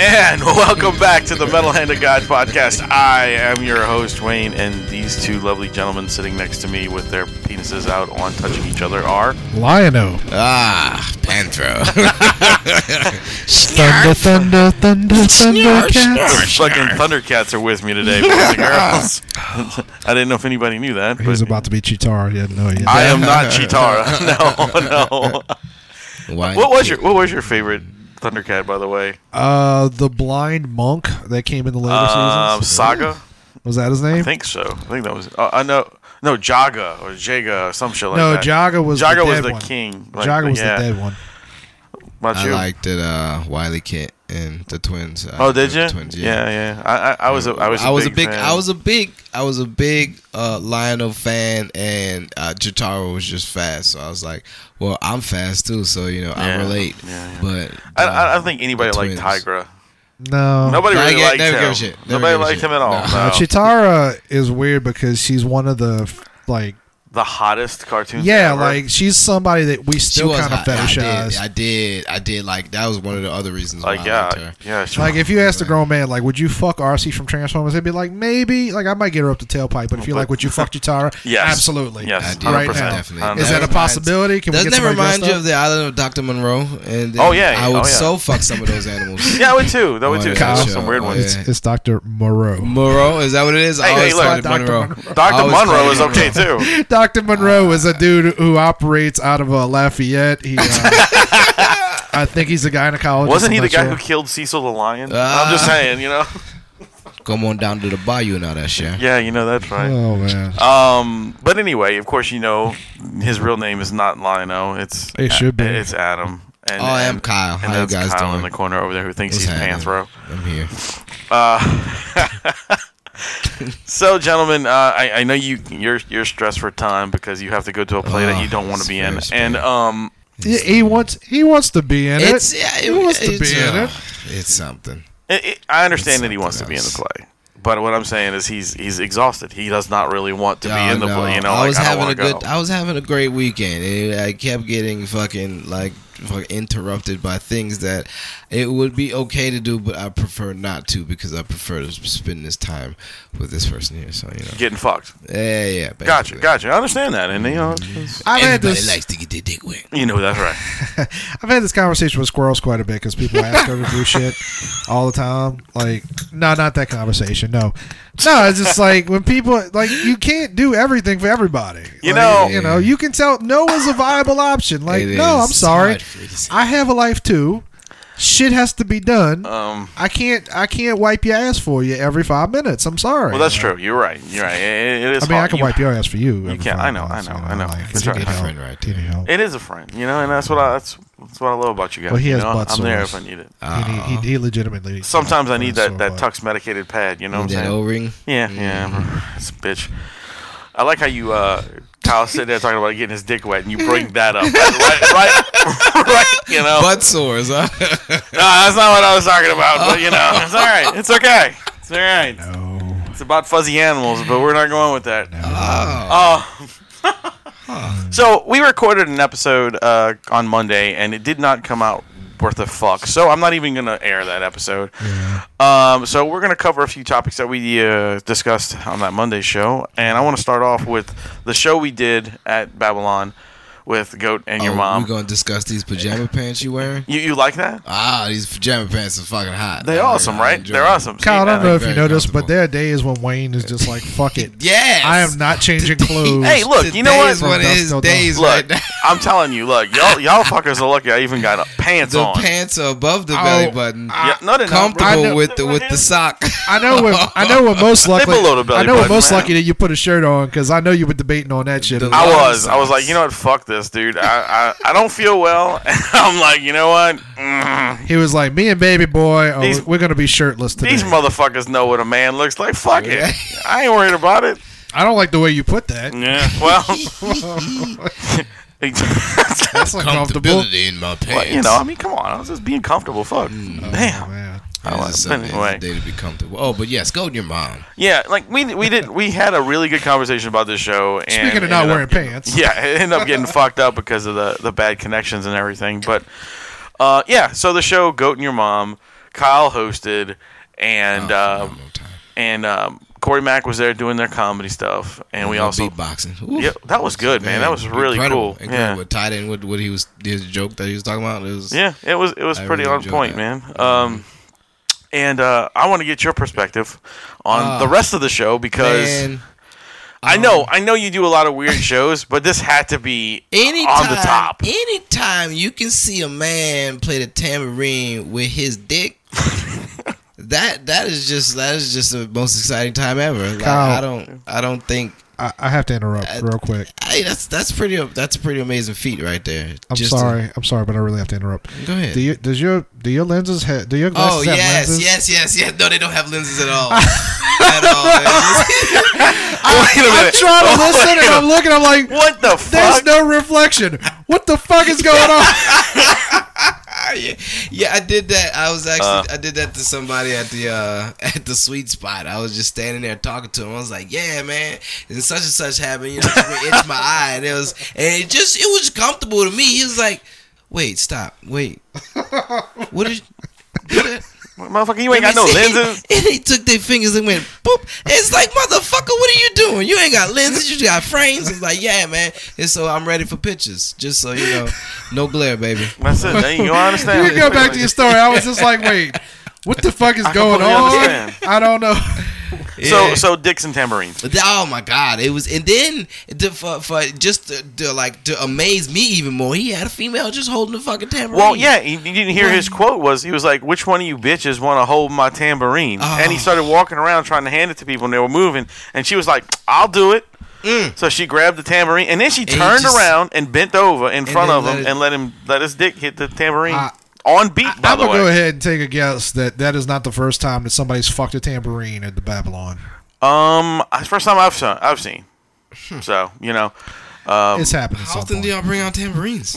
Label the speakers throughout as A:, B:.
A: And welcome back to the Metal Hand of God podcast. I am your host, Wayne, and these two lovely gentlemen sitting next to me with their penises out on touching each other are.
B: Lion-O.
C: Ah, Panthro.
B: Thunder,
C: Snarf.
B: thunder, thunder, thunder,
C: Snarf,
B: cat.
C: snarf,
A: Fucking
C: snarf.
A: Thundercats are with me today, boys and girls. I didn't know if anybody knew that.
B: He was
A: but
B: about to be Chitara. He didn't know yet.
A: I am not Chitara. No, no.
C: Why
A: What was
C: you-
A: your What was your favorite Thundercat, by the way?
B: Uh, the blind monk that came in the later
A: Um,
B: seasons.
A: Saga.
B: Was that his
A: I
B: name?
A: think so. I think that was. Uh, I know. No, Jaga or Jaga or some shit like
B: no,
A: that.
B: Jaga was
A: Jaga
B: the
A: was
B: dead
A: the
B: one.
A: king. Like,
B: Jaga was
A: yeah.
B: the dead one.
A: About
C: I
A: you?
C: liked it. Uh, Wiley Kit and the twins. I
A: Oh, did
C: love the
A: you?
C: Twins,
A: yeah, yeah. I, I, I was a, I was, a
C: I was a
A: big,
C: big,
A: fan.
C: I was a big, I was a big uh, Lionel fan, and uh, Jotaro was just fast. So I was like, well, I'm fast too, so you know, I
A: Yeah,
C: relate.
A: yeah, yeah.
C: But
A: I, I
C: uh,
A: don't think anybody
C: the
A: liked
C: twins. Oh.
A: Tigra.
B: No.
A: Nobody
C: I
A: really
C: get-
A: liked
C: never
A: him.
C: give a shit. Never
A: Nobody
C: give a
A: liked
C: shit.
A: him at all.
C: No.
A: no.
B: Uh, Chitara is weird because she's one of the f- like
A: the hottest cartoon.
B: yeah
A: ever.
B: like she's somebody that we
C: she
B: still
C: was
B: kind of
C: hot. Yeah,
B: fetishize.
C: I did, I did, I did. Like that was one of the other reasons why
A: like uh,
C: I liked
A: yeah,
C: her.
A: yeah. She,
B: Like if you asked a grown man, like, would you fuck RC from Transformers? He'd be like, maybe. Like I might get her up the tailpipe, but if you're like, would you fuck Chitara?
A: Yes.
B: absolutely.
A: Yes,
C: I did.
B: Right now.
C: definitely.
A: I don't
B: Is
A: know.
B: that a possibility? Can we
C: Does
B: get
C: that
B: somebody
C: remind
B: dressed
C: you
B: up?
C: of the island of Dr. Monroe? And then
A: Oh, yeah.
C: I would
A: Oh, yeah.
C: so fuck some of those animals.
A: yeah, I would too. That would
C: Oh,
A: too.
C: yeah,
A: Some-
C: sure.
A: Some weird
C: Oh,
A: ones.
C: yeah.
B: It's Doctor Moreau.
C: Monroe is that what it is? I
A: Hey,
C: always
A: hey, look.
C: called it
B: Dr.
C: Monroe.
B: Monroe.
C: I
A: Doctor
C: always
A: Monroe
C: called
A: is
C: it
A: okay
C: Monroe.
A: too.
B: Doctor Monroe
C: Uh.
B: is a dude who operates out of uh, Lafayette. He, uh, I think he's a gynecologist.
A: Wasn't he
B: I'm
A: the
B: not
A: guy
B: sure.
A: who killed Cecil the lion?
C: Ah.
A: I'm just saying, you know.
C: Come on down to the bayou and all that shit.
A: Yeah, you know that's right.
B: Oh man,
A: Um, but anyway, of course, you know his real name is not Lino. It's
B: It should be.
A: It's Adam. And,
C: Oh, I am
A: and-
C: Kyle.
A: And
C: How you
A: that's
C: guys
A: Kyle in
C: doing?
A: the corner over there who thinks
C: What's
A: he's
C: happening?
A: Panthro.
C: I'm here.
A: So, gentlemen, uh, I, I know you you're you're stressed for time because you have to go to a play that
C: Oh,
A: you don't want to
C: it's
A: be
C: very
A: in,
C: scary.
A: and um,
B: he, he wants he wants to be in
C: It's
B: it.
C: yeah,
B: He wants to
C: it's,
B: be in
C: uh,
B: it.
C: It's something.
A: it, it, I understand that he
C: something
A: wants to be in the
C: else.
A: play. But what I'm saying is he's he's exhausted. He does not really want to
C: Oh,
A: be in the
C: no.
A: play. You know,
C: I
A: like,
C: was
A: I don't
C: having
A: wanna
C: a good.
A: go.
C: I was having a great weekend. and I kept getting fucking like fuck interrupted by things that it would be okay to do, but I prefer not to because I prefer to spend this time with this person here. So you know.
A: Getting fucked.
C: Yeah, yeah. Basically.
A: Gotcha, gotcha. I understand that, and you know, it's-
B: I've had
C: Everybody
B: this.
C: likes to get their dick wet.
A: you know that's right.
B: I've had this conversation with squirrels quite a bit because people ask her to do shit all the time. Like, no, not that conversation. No, no, it's just like when people like you can't do everything for everybody.
A: You
B: Like,
A: know-
B: you know, you can tell no is a viable option. Like,
C: It
B: no,
C: is.
B: I'm
C: It's
B: sorry,
C: hard for you to say.
B: I have a life too. Shit has to be done.
A: Um,
B: I can't. I can't wipe your ass for you every five minutes. I'm sorry.
A: well, that's true. You're right. You're right. It- it is.
B: I mean, I
A: hard.
B: can
A: You-
B: wipe your ass for you. every
A: can't.
B: five
A: I know, I
B: minutes,
A: know,
B: you
A: I know.
B: Like,
A: That's
B: you
A: right.
B: need help.
C: Friend right
B: You need
C: there.
B: help.
A: It is a friend, you know, and that's what I that's, that's what I love about you guys.
B: Well, he
A: you
B: has
A: know?
B: butt
A: I'm there if
B: sores.
A: I need it.
B: He, need- he, he legitimately. needs
A: Sometimes I
B: help.
A: need
B: That's
A: that
B: so
A: that
B: bad.
A: Tux medicated pad. You know what I'm
C: that
A: saying?
C: O ring.
A: Yeah, yeah, it's a bitch. I like how you, uh, Kyle, sit there talking about getting his dick wet, and you bring that up, right? Right, right, you know.
C: Butt sores,
A: no,
C: huh?
A: that's not what I was talking about. But you know, it's all right. It's okay. It's all right.
B: Oh.
A: It's about fuzzy animals, but we're not going with that.
C: Oh.
A: Oh. so we recorded an episode uh, on Monday, and it did not come out worth a fuck. So I'm not even gonna air that episode. Um, so we're gonna cover a few topics that we uh, discussed on that Monday show, and I want to start off with the show we did at Babylon with Goat and your
C: Oh,
A: mom.
C: We gonna discuss these pajama pants you wearing?
A: you you like that?
C: Ah, these pajama pants are fucking hot.
A: They're
C: I-
A: awesome,
C: I
A: right?
C: enjoy
A: They're
C: them.
A: awesome. See,
B: Kyle, I don't
A: uh,
B: know if you
C: very
B: noticed, but
C: comfortable.
B: there are days when Wayne is just like, "Fuck it,
C: Yes.
B: I am not changing clothes."
A: Hey, look, you know
C: Today
A: what?
C: is one of
B: From
C: his
B: dusk till
C: days
A: Look,
C: right now.
A: I'm telling you, look, y'all y'all fuckers are lucky I even got uh, pants
C: The
A: on.
C: pants are above the belly
B: Oh,
C: button.
A: yeah, no, they're not, bro.
B: I
C: Comfortable
B: know-
C: with the with the sock.
B: I know. When, I know when most likely.
A: below the belly
B: I know when
A: button,
B: most
A: man.
B: lucky that you put a shirt on because I know you were debating on that shit.
C: The-
A: I
C: Long
A: was. I was like,
C: socks.
A: you know what? Fuck this. this, dude. I, I, I don't feel well. I'm like, you know what? Mm,
B: He was like, "Me and baby boy, oh,
A: These-
B: we're gonna be shirtless today."
A: these motherfuckers know what a man looks like. Fuck it.
C: Yeah.
A: I ain't worried about it.
B: I don't like the way you put that.
A: Yeah. Well,
B: That's not comfortable.
C: Comfortability in my pants.
A: But, you know, I mean, come on. I was just being comfortable. Fuck.
B: Mm.
A: Damn.
B: Oh, Man.
C: I
A: like- anyway.
C: day to be comfortable. Oh, but yeah, scold your mom.
A: Yeah, like we we did we had a really good conversation about this show. And
B: Speaking of
A: it
B: not
A: ended up
B: wearing
A: getting-
B: pants.
A: yeah, it ended up getting fucked up because of the the bad connections and everything. But uh, yeah, so the show Goat and Your Mom, Kyle hosted, and
C: Oh,
A: um,
C: no time.
A: and um, Corey Mack was there doing their comedy stuff, and we also
C: beatboxing.
A: Yeah, that was good, man. That was really
C: incredible,
A: cool.
C: Incredible.
A: Yeah.
C: Tied in with what he was his joke that he was talking about. It was,
A: yeah, it was it was
C: I
A: pretty
C: really
A: on
C: enjoyed
A: point,
C: that.
A: man. Um, and uh, I want to get your perspective on the rest of the show because.
C: Man, um,
A: I know, I know you do a lot of weird shows, but this had to be
C: anytime,
A: on the top.
C: anytime you can see a man play the tambourine with his dick, that that is just that is just the most exciting time ever. Like,
B: Kyle.
C: I don't I don't think
B: I, I have to interrupt
C: Uh,
B: real quick.
C: hey that's that's pretty that's a pretty amazing feat right there.
B: I'm
C: Just to-
B: sorry. I'm sorry, but I really have to interrupt.
C: go ahead.
B: Do you, does your do your lenses have do your
C: Oh
B: glasses have
C: yes,
B: lenses?
C: yes, yes, yes. No, they don't have lenses at all. at all. man.
A: Wait a
B: I'm
A: minute.
B: trying to
A: Oh,
B: listen
A: wait a
B: and I'm
A: minute.
B: looking. I'm like,
A: What the
B: there's
A: fuck?
B: no reflection. What the fuck is going on?
C: yeah, yeah, I did that. I was
A: Uh.
C: actually I did that to somebody at the uh at the sweet spot. I was just standing there talking to him. I was like, "Yeah, man," and such and such happened. You know, it itched my eye, and it was and it just it was comfortable to me. He was like, "Wait, stop, wait, what did?" You,
A: Motherfucker, you ain't got no lenses.
C: And they took their fingers and went boop. It's like motherfucker, what are you doing? You ain't got lenses, you got frames. It's like, yeah, man. And so I'm ready for pictures. Just so you know. No glare, baby.
A: That's it. There you go. I understand.
B: you go back to your story. I was just like, wait, what the fuck is going
A: completely
B: on?
A: understand.
B: I don't know.
A: So,
C: Yeah.
A: so Dixon Tambourine.
C: But th- Oh my God! It was, and then to, for, for just to, to like to amaze me even more, he had a female just holding the fucking tambourine.
A: Well, yeah, you you didn't hear his quote was he was like, "Which one of you bitches want to hold my tambourine?" And he
C: Oh.
A: started walking around trying to hand it to people, and they were moving, and she was like, "I'll do it." So she grabbed the tambourine, and then she
C: he
A: turned
C: just-
A: around and bent over in front
C: then
A: of
C: let
A: him
C: it-
A: and let him let his dick hit the tambourine
B: I-
A: on beat. by
B: I'm
A: the
B: gonna
A: way,
B: go ahead and take a guess that that is not the first time that somebody's fucked a tambourine at the Babylon.
A: Um, it's the first time I've seen. I've seen. So you know, um,
B: It's happened. At
C: How
B: some
C: often
B: point.
C: do y'all bring out tambourines?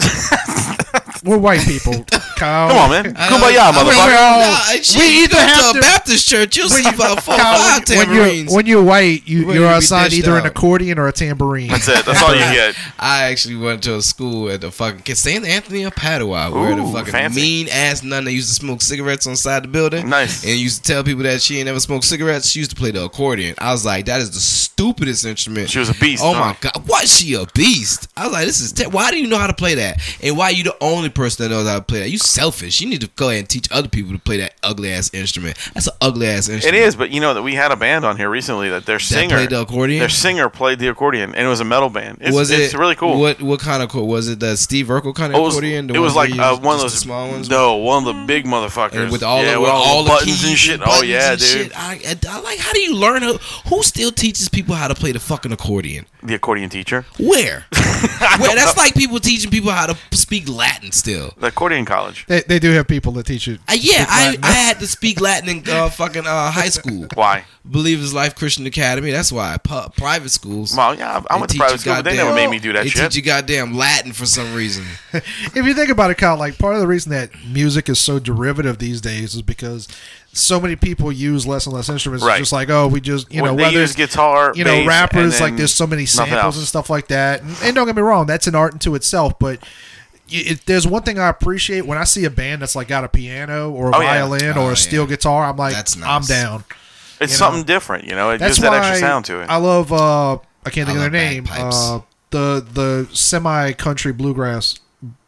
B: We're white people, Kyle.
A: come on, man,
C: Uh, I-
A: kumbaya,
C: I- I-
A: motherfucker.
C: Nah, shit,
B: we
C: you
B: either
C: go
B: have
C: to
B: to-
C: a Baptist church, you'll see about four, or
B: Kyle,
C: five
B: when, when you're,
C: tambourines.
B: when you're white, you,
C: We're
B: you're
C: gonna be
B: assigned
C: dished
B: either an
C: out.
B: accordion or a tambourine.
A: That's it. That's all you get.
C: I actually went to a school at the fucking K- St. Anthony of Padua, where the
A: Ooh,
C: fucking
A: fancy.
C: mean ass nun that used to smoke cigarettes on the side of the building.
A: Nice.
C: And used to tell people that she ain't never smoked cigarettes. She used to play the accordion. I was like, that is the stupidest instrument.
A: She was a beast,
C: Oh
A: huh?
C: my god, what? She a beast? I was like, this is. Te- why do you know how to play that? And why you the only person that knows how to play that? You selfish. You need to go ahead and teach other people to play that ugly ass instrument. That's an ugly ass
A: It
C: instrument.
A: is, but you know that we had a band on here recently that their singer
C: played the accordion?
A: Their singer played the accordion, and it was a metal band. It's,
C: was
A: it's
C: it
A: really cool.
C: What what kind of accordion was it? The Steve Urkel kind
A: it
C: of
A: was,
C: accordion? The
A: it was
C: ones
A: like
C: where you
A: uh,
C: use
A: one of
C: just
A: those
C: the small ones.
A: No, one of the big motherfuckers.
C: And with all
A: yeah,
C: the,
A: with all, the buttons
C: keys
A: and shit. oh
C: buttons
A: yeah,
C: and
A: dude.
C: shit. I, I, I like how do you learn? How, who still teaches people how to play the fucking accordion?
A: The accordion teacher,
C: Where? Where? That's like people teaching people how to speak Latin still.
A: the accordion college.
B: They, they do have people that teach you.
C: Uh, yeah, I,
B: Latin.
C: I had to speak Latin in uh, fucking uh, high school.
A: Why?
C: Believe is Life Christian Academy. That's why pu- private schools.
A: Well, yeah, I, I
C: they
A: went to
C: teach
A: private
C: you
A: school, but they never
C: goddamn-
A: made me do that
C: They
A: shit.
C: teach you goddamn Latin for some reason.
B: If you think about it, Kyle, like part of the reason that music is so derivative these days is because so many people use less and less instruments.
A: Right.
B: It's just like, oh, we just you
A: Well,
B: know
A: they
B: whether
A: use
B: it's-
A: guitar,
B: you know,
A: bass, and
B: rappers
A: then
B: like there's so many
A: nothing
B: samples
A: else.
B: and stuff like that. And, and don't get me wrong, that's an art into itself, but. y- If there's one thing I appreciate when I see a band that's like got a piano or a
A: Oh, yeah.
B: violin
C: Oh,
B: or a
C: yeah.
B: steel guitar, I'm like,
C: That's nice.
B: I'm down.
A: It's
B: you know?
A: something different, you know. It
B: That's
A: gives that
B: why
A: extra sound to it.
B: I love. uh I can't think
C: I
B: of their
C: love
B: name.
C: bagpipes.
B: Uh, the the semi country bluegrass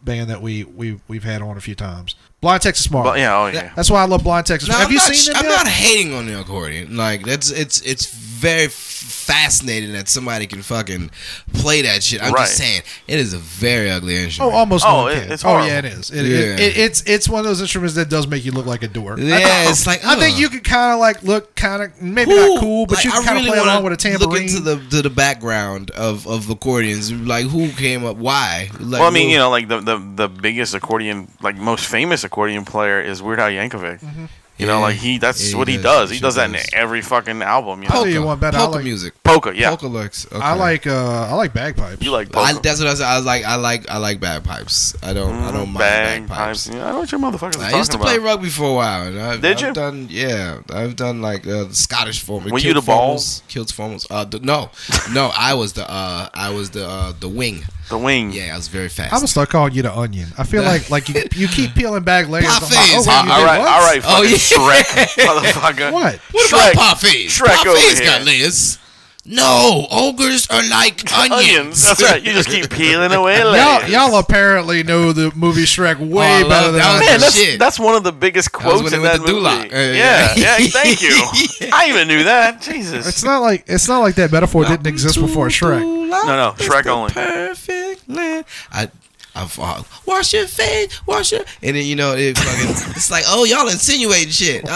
B: band that we we we've had on a few times. Blind Texas Smart.
A: but yeah, oh yeah.
B: That's why I love Blind Texas.
C: No,
B: Smart. Have
C: I'm
B: you
C: not,
B: seen them?
C: I'm
B: yet?
C: not hating on the accordion. Like that's it's it's very f- fascinating that somebody can fucking play that shit. I'm
A: Right.
C: just saying, it is a very ugly
B: Oh,
C: instrument.
B: almost.
A: Oh,
B: no one
A: it-
B: can.
A: it's
B: oh
A: horrible.
B: yeah, it is. It,
C: Yeah.
B: it, it, it's it's one of those instruments that does make you look like a dork. I
C: Yeah,
B: think-
C: it's like,
B: I think
C: ugh.
B: you could kind of like look kind of maybe
C: Who-
B: not cool, but
C: like,
B: you
C: I
B: can kind of
C: really
B: play
C: wanna
B: along with a tambourine.
C: Look into the to the background of of accordions. Like who came up? Why? Like,
A: well, I mean,
C: who-
A: you know, like the, the the biggest accordion, like most famous accordion player is Weird Al Yankovic.
B: Mm-hmm.
A: You know,
C: Yeah.
A: like he that's
C: Yeah, he
A: what he
C: does.
A: does. He
C: Sure
A: does that in
C: does.
A: every fucking album. You know?
B: Polka. you want better, I
C: polka
B: like-
C: music.
A: Polka, yeah.
C: Polka looks. Okay.
B: I like uh I like bagpipes.
A: You like polka?
C: I, that's what I said. I was like. I like. I like bagpipes. I don't. I don't mind
A: Bang,
C: bagpipes.
A: pipes. Yeah, I know what your motherfuckers are
C: I used to
A: talking about.
C: play rugby for a while. And I've,
A: Did
C: I've
A: you?
C: Done, yeah, I've done like uh, Scottish formals.
A: Were you the ball?
C: Kilt formals. Uh, the, no, no, I was the uh, I was the uh, the wing.
A: the wing.
C: Yeah, I was very fast.
B: I'm gonna start calling you the onion. I feel like like you, you keep peeling back layers.
C: Pop
B: I'm like, oh,
C: is-
B: wait,
A: Uh,
B: you
A: all
B: did
A: right,
B: what?
A: all right,
C: Oh,
A: fucking Shrek, motherfucker.
B: What?
C: What
A: Shrek.
C: about Parfait?
A: Shrek over
C: Parfait's
A: here.
C: got layers. No, ogres are like onions.
A: Onions. That's right. You just keep peeling away.
B: Y'all,
A: layers.
B: y'all apparently know the movie Shrek
C: I
B: way
C: love
B: better than
C: that
B: I
C: one.
B: do.
A: Man, that's
C: Oh, Shit.
A: that's one of the biggest
C: was
A: quotes
C: when
A: in
C: they
A: that
C: went to
A: movie.
C: Duloc. Uh,
A: yeah,
C: yeah.
A: yeah. Thank you. I even knew that. Jesus.
B: It's not like it's not like that metaphor didn't exist before Shrek.
A: No, no, Shrek only.
C: Perfect land. I, I've uh, wash your face, wash your, and then you know it fucking, it's like, oh, y'all insinuating shit. Oh,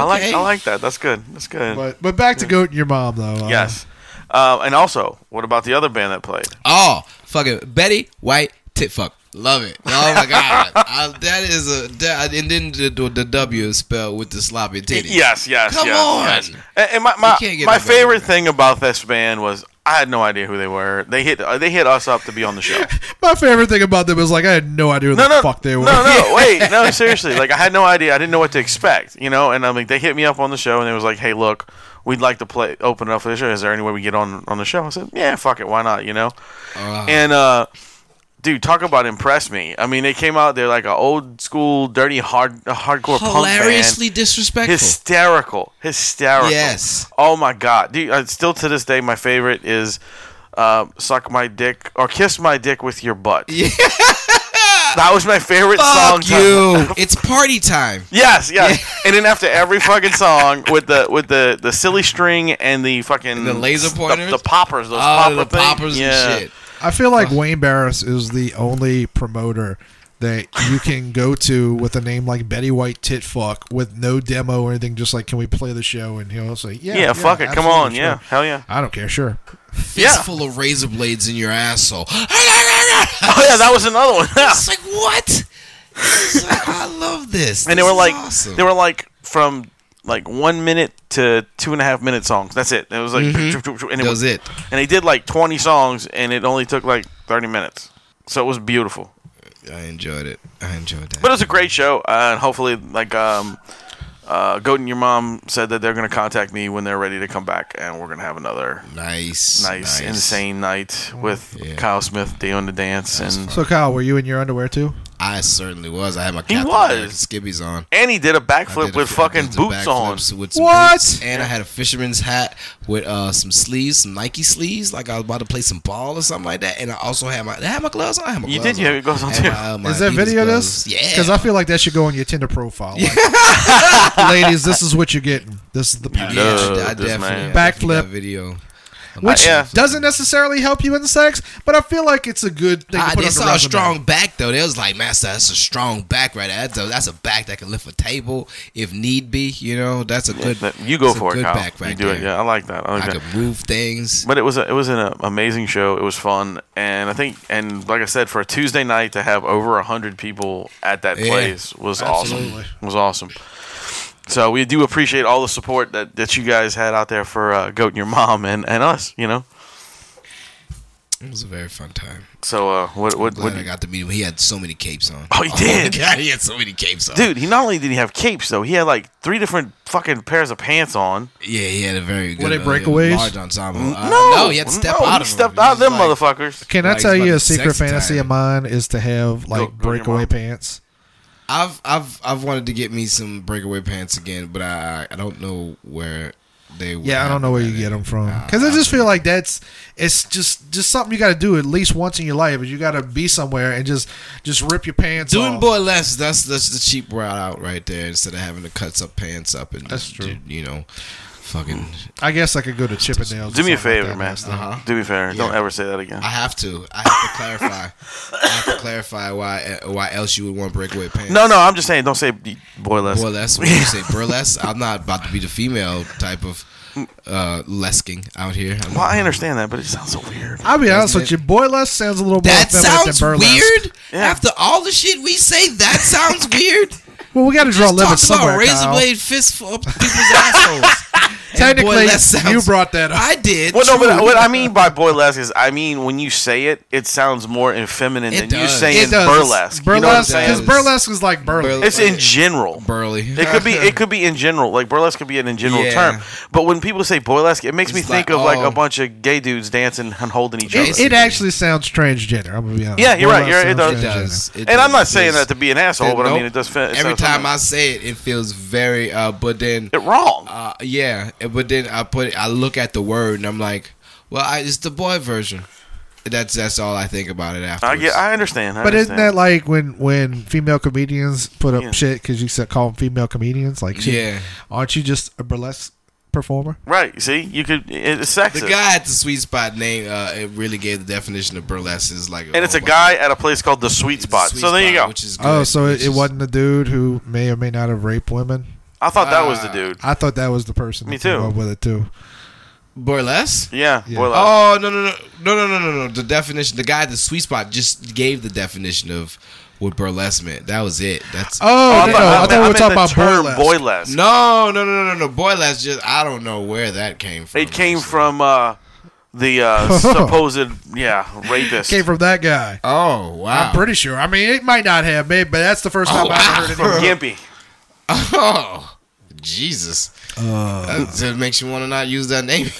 A: I like
C: okay.
A: I like that. That's good. That's good.
B: But uh, but back to Goat and your mom though. Uh,
A: yes. Uh, and also, what about the other band that played?
C: Oh, fucking Betty White tit fuck. Love it. Oh my god, I, that is a that, and then the, the, the W is spelled with the sloppy titties.
A: Yes, yes,
C: Come
A: yes,
C: on.
A: yes. And, and my my,
C: You can't get
A: my
C: no better than
A: favorite
C: that.
A: thing about this band was I had no idea who they were. They hit uh, they hit us up to be on the show.
B: My favorite thing about them was like I had no idea who
A: No,
B: the
A: no,
B: fuck they were.
A: no, no. Wait, no, seriously. Like I had no idea. I didn't know what to expect. You know, and I'm like, they hit me up on the show, and they was like, "Hey, look, we'd like to play open it up for the show. Is there any way we get on on the show?" I said, "Yeah, fuck it, why not?" You know,
C: Uh-huh.
A: and uh. Dude, talk about impress me. I mean, they came out. They're like an old school, dirty, hard, hardcore punk band.
C: hilariously disrespectful.
A: hysterical, hysterical.
C: Yes.
A: Oh my god, dude! I, still to this day, my favorite is uh, "Suck My Dick" or "Kiss My Dick with Your Butt." Yeah. that was my favorite song.
C: Fuck
A: time.
C: you. it's party time.
A: Yes, yes. And then after every fucking song with the with the the silly string and the fucking
C: the laser pointers?
A: the, the poppers, those
C: Oh,
A: popper
C: the
A: thing.
C: poppers
A: yeah.
C: and shit.
B: I feel like Wayne Barris is the only promoter that you can go to with a name like Betty White Titfuck with no demo or anything. Just like, can we play the show? And he'll say, Yeah,
A: Yeah, fuck it, come
B: absolutely,
A: on,
B: sure.
A: yeah, hell yeah.
B: I don't care. Sure.
C: Fist
A: Yeah.
C: full of razor blades in your asshole.
A: Oh yeah, that was another one. Yeah.
C: It's like what? It's like, I love this.
A: and they
C: This
A: were
C: is
A: like
C: awesome.
A: they were like from like one minute to two and a half minute songs. That's it. It was like and it
C: Mm-hmm. That was it.
A: And they did like twenty songs, and it only took like thirty minutes. So it was beautiful,
C: I enjoyed it. I enjoyed that.
A: but it was a great show, uh, and hopefully, like um, uh, Goat and your mom said that they're gonna contact me when they're ready to come back, and we're gonna have another
C: nice, Oh,
A: nice, insane night with
C: Yeah.
A: Kyle Smith doing the dance, and
B: So Kyle, were you in your underwear too?
C: I certainly was. I had my Captain
A: was.
C: America skibbies on.
A: and he did a
C: I
A: backflip
C: did a
A: with
C: few- I
A: fucking
C: did some
A: boots on.
C: backflips With some
B: What?
C: Boots, and I had a fisherman's hat with uh, some sleeves, some Nike sleeves, like I was about to play some ball or something like that. And I also had my, did I have my gloves on. I had my
A: You
C: gloves
A: did, you
C: on.
A: had your gloves on
C: And
A: too.
C: my, uh, my
B: Is that
C: Adidas
B: video
C: gloves.
B: this?
C: Yeah.
B: Because I feel like that should go on your Tinder profile. Like, ladies, this is what you're getting. This is the package.
C: Yeah,
A: Love
C: I
A: this
C: definitely
A: man.
C: I definitely
B: Backflip.
C: got video.
B: Which
A: yeah.
B: doesn't necessarily help you in sex, but I feel like it's a good thing
C: Ah,
B: to put on
C: they
B: the
C: saw a
B: resume.
C: strong back though. They was like, "Master, that's a strong back right there. That's a, that's a back that can lift a table if need be. You know, that's a good.
A: That- You go
C: that's a
A: for it,
C: good
A: Kyle.
C: Back right
A: you do it.
C: there.
A: Yeah, I like that. I like
C: I
A: that.
C: could move things.
A: But it was a, it was an uh, amazing show. It was fun, and I think and like I said, for a Tuesday night to have over hundred people at that
C: Yeah,
A: place was
B: absolutely.
A: awesome. Was awesome. So we do appreciate all the support that, that you guys had out there for uh, Goat and your mom and, and us. You know.
C: It was a very fun time.
A: So uh, what what,
C: Glad
A: what
C: I got to meet him. He had so many capes on.
A: Oh, he did?
C: my God, he had so many capes on.
A: dude? He not only did he have capes though, he had like three different fucking pairs of pants on.
C: Yeah, he had a very
B: they
C: good. uh, he had a
B: breakaways?
C: large ensemble. Uh,
A: no,
C: no, he had to step
A: no,
C: out.
A: He
C: of
A: stepped
C: them.
A: out of them
C: He was like,
A: motherfuckers.
B: Can I
C: Like,
B: tell
C: it's
B: you
C: about
B: a secret
C: sex
B: fantasy
C: time.
B: of mine is to have
A: Go-
B: like
A: go to your
B: breakaway
A: mom.
B: pants?
C: I've I've I've wanted to get me some breakaway pants again, but I I don't know where they. would
B: Yeah, I don't
C: have
B: know where
C: them
B: you
C: at.
B: get them from because I just feel like that's it's just just something you got to do at least once in your life. Is you got to be somewhere and just just rip your pants
C: Doing
B: off.
C: boy less, that's that's the cheap route out right there. Instead of having to cut some pants up and
B: That's
C: just,
B: true.
C: you know, Fucking,
B: I guess I could go to Chippendales. or
A: Do me a
B: something like
A: favor, man.
B: that last night.
A: Do me a favor. Don't
C: Yeah.
A: ever say that again.
C: I have to. I have to clarify. I have to clarify why why else you would want breakaway pants.
A: No, no, I'm just saying. Don't say boyless.
C: Well, that's what you say. Burlesque. I'm not about to be the female type of uh, lesking out here. I'm
A: Well,
C: not-
A: I understand that, but it sounds so weird.
B: I'll be honest
C: Doesn't
B: with you. Boyless sounds a little more
C: That
B: feminine
C: sounds
B: than burlesque.
C: weird.
A: Yeah.
C: After all the shit we say, that sounds weird.
B: Well, we got to draw
C: Talk
B: limits
C: about
B: somewhere.
C: razor
B: Kyle.
C: blade fists up people's assholes.
B: Technically, you brought that up.
C: I did.
A: Well, no, but
C: true.
A: what I mean by boylesque is I mean when you say it, it sounds more effeminate
C: It
A: than you
C: does.
A: saying
C: It
B: does.
A: burlesque. You know what I'm
B: Burlesque,
A: saying?
B: because burlesque is like burlesque.
C: Burlesque.
A: It's in general.
C: burly.
A: It could be. It could be in general. Like burlesque could be an in general
C: Yeah.
A: term. But when people say burlesque, it makes me
C: It's
A: think
C: like,
A: of like
C: oh.
A: a bunch of gay dudes dancing and holding each other.
B: It, it actually sounds transgender. I'm gonna be honest.
A: Yeah, you're right,
B: Burlesque
A: you're- it does.
B: sounds
C: It
B: transgender.
C: does. It
A: and I'm not
C: does.
A: saying
C: It's-
A: that to be an asshole, but I mean
C: Nope.
A: it does fit.
C: Every time I say it, it feels very. Uh, but then,
A: it wrong.
C: uh, yeah. But then I put. I look at the word and I'm like, well, I, it's the boy version. That's that's all I think about it after.
A: I get. I understand. I
B: But isn't
A: understand.
B: that like when when female comedians put up
A: Yeah.
B: shit because you said call them female comedians? Like, shit,
C: Yeah.
B: aren't you just a burlesque performer?
A: right? See, you could. it- It's sexist.
C: The guy at the sweet spot name. Uh, it really gave the definition of burlesque is like.
A: and it's a
C: whole
A: guy at a place called the Sweet Spot.
C: bunch- Sweet
A: so there you
C: Spot,
A: go.
C: Which is
B: oh,
C: good,
B: so
C: which
B: it, it
C: is-
B: wasn't the dude who may or may not have raped women.
A: I thought that was the dude.
B: I thought that was the person.
A: Me
B: that came
A: too.
B: Up with it too.
C: burlesque.
A: Yeah. uh,
B: Yeah.
A: Boy, like-
C: Oh no no no no no no no no! The definition, the guy at the sweet spot just gave the definition of what burlesque meant. That was it. That's
B: Oh,
A: I
B: no,
A: thought-
B: no, I
A: meant-
B: thought we were
A: meant
B: talking
A: the
B: about
A: term
B: burlesque.
A: boylesque.
C: no no no no no. Burlesque just I don't know where that came from.
A: It came
C: actually.
A: from uh, the uh, supposed yeah rapist.
B: Came from that guy.
C: Oh wow!
B: I'm pretty sure. I mean, it might not have, maybe, but that's the first time
C: Oh,
B: I've
C: wow.
B: heard it.
A: From Gimpy.
C: oh Jesus! That- that makes you want to not use that name.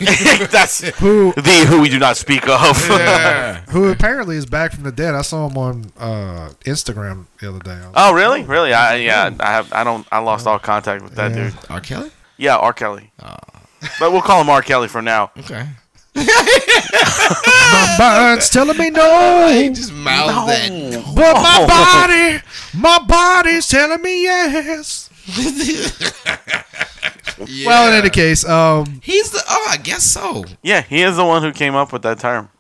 A: That's
B: Who
A: the who we do not speak of.
C: Yeah.
B: who apparently is back from the dead. I saw him on uh, Instagram the other day. I was like,
A: oh really? Really? I yeah. I have. I don't. I lost all contact with that
B: Yeah.
A: dude.
C: R. Kelly.
A: Yeah, R. Kelly. But we'll call him R. Kelly for now.
C: Okay.
B: my mind's telling me
C: He
B: no,
C: just mouthed that.
A: Oh.
B: but my
C: Oh.
B: body, my body's telling me yes.
C: Yeah.
B: Well, in any case, um,
C: he's the. Oh, I guess so.
A: Yeah, he is the one who came up with that term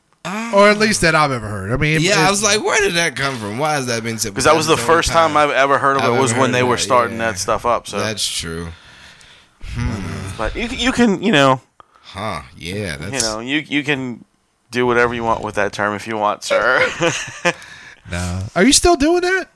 B: or at least that I've ever heard. I mean,
C: Yeah,
B: it-
C: I was like, where did that come from? Why has that been said?
A: because that was the first time I've ever heard of
C: I've
A: it was
C: ever
A: when
C: heard
A: they
C: of
A: were
C: that,
A: starting
C: yeah.
A: that stuff up. So,
C: That's true.
A: but you, you can you know
C: Huh? Yeah. That's,
A: you know you you can do whatever you want with that term if you want, sir.
B: nah. Are you still doing that?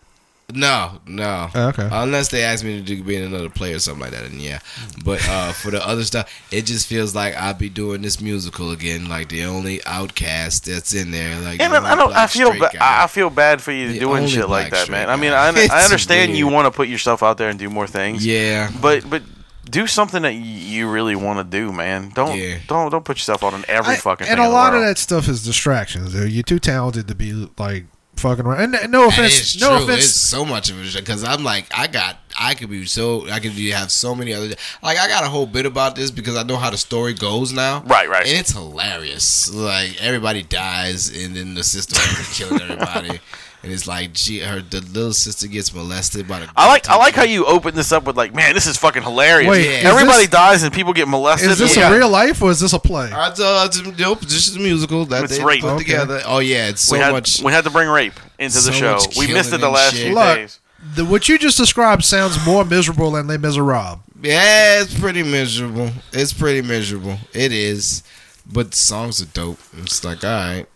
C: No, no.
B: Oh, okay.
C: Unless they ask me to do, be in another play or something like that, and yeah. But uh, for the other stuff, it just feels like I'll be doing this musical again. Like the only outcast that's in there. Like
A: And
C: the
A: I, I
C: only
A: don't. I
C: black
A: feel.
C: straight
A: Ba-
C: guy.
A: I I feel bad for you
C: The
A: doing
C: only
A: shit like
C: black
A: that, man.
C: straight
A: I mean,
C: guy.
A: I, un- I
C: It's
A: understand you
C: weird.
A: want to put yourself out there and do more things.
C: yeah.
A: But but do something that y- you really want to do, man. Don't
C: Yeah.
A: don't don't put yourself out on every
B: I-
A: fucking.
B: and
A: thing
B: a
A: in the
B: lot of
A: world.
B: that stuff is distractions. Dude. You're too talented to be like fucking around. And, and no
C: That
B: offense,
C: is
B: no
C: true.
B: offense.
C: It's so much of it because I'm like, I got, I could be so, I could be- have so many other. Like, I got a whole bit about this because I know how the story goes now.
A: Right, right.
C: And it's hilarious. Like everybody dies, and then the sister is killing everybody, and it's like she, her, the little sister gets molested by the.
A: I like I like how you open this up with like, man, this is fucking hilarious.
B: Wait,
C: Yeah. is
A: Everybody
B: this-
A: dies and people get molested.
B: Is this
A: Yeah.
B: a real life or is this a play?
C: I told it's, nope, this is a musical that
A: It's
C: they
A: rape.
C: put
A: Okay.
C: together. Oh yeah, it's so
A: we had,
C: much.
A: We had to bring rape into
C: so
A: the show.
C: much
A: We missed it
C: killing
A: the
C: and
A: last
C: shit.
A: few
B: Look,
A: days.
B: the, what you just described sounds more miserable than Les Miserables.
C: Yeah, it's pretty miserable. It's pretty miserable. It is, but the songs are dope. It's like all right.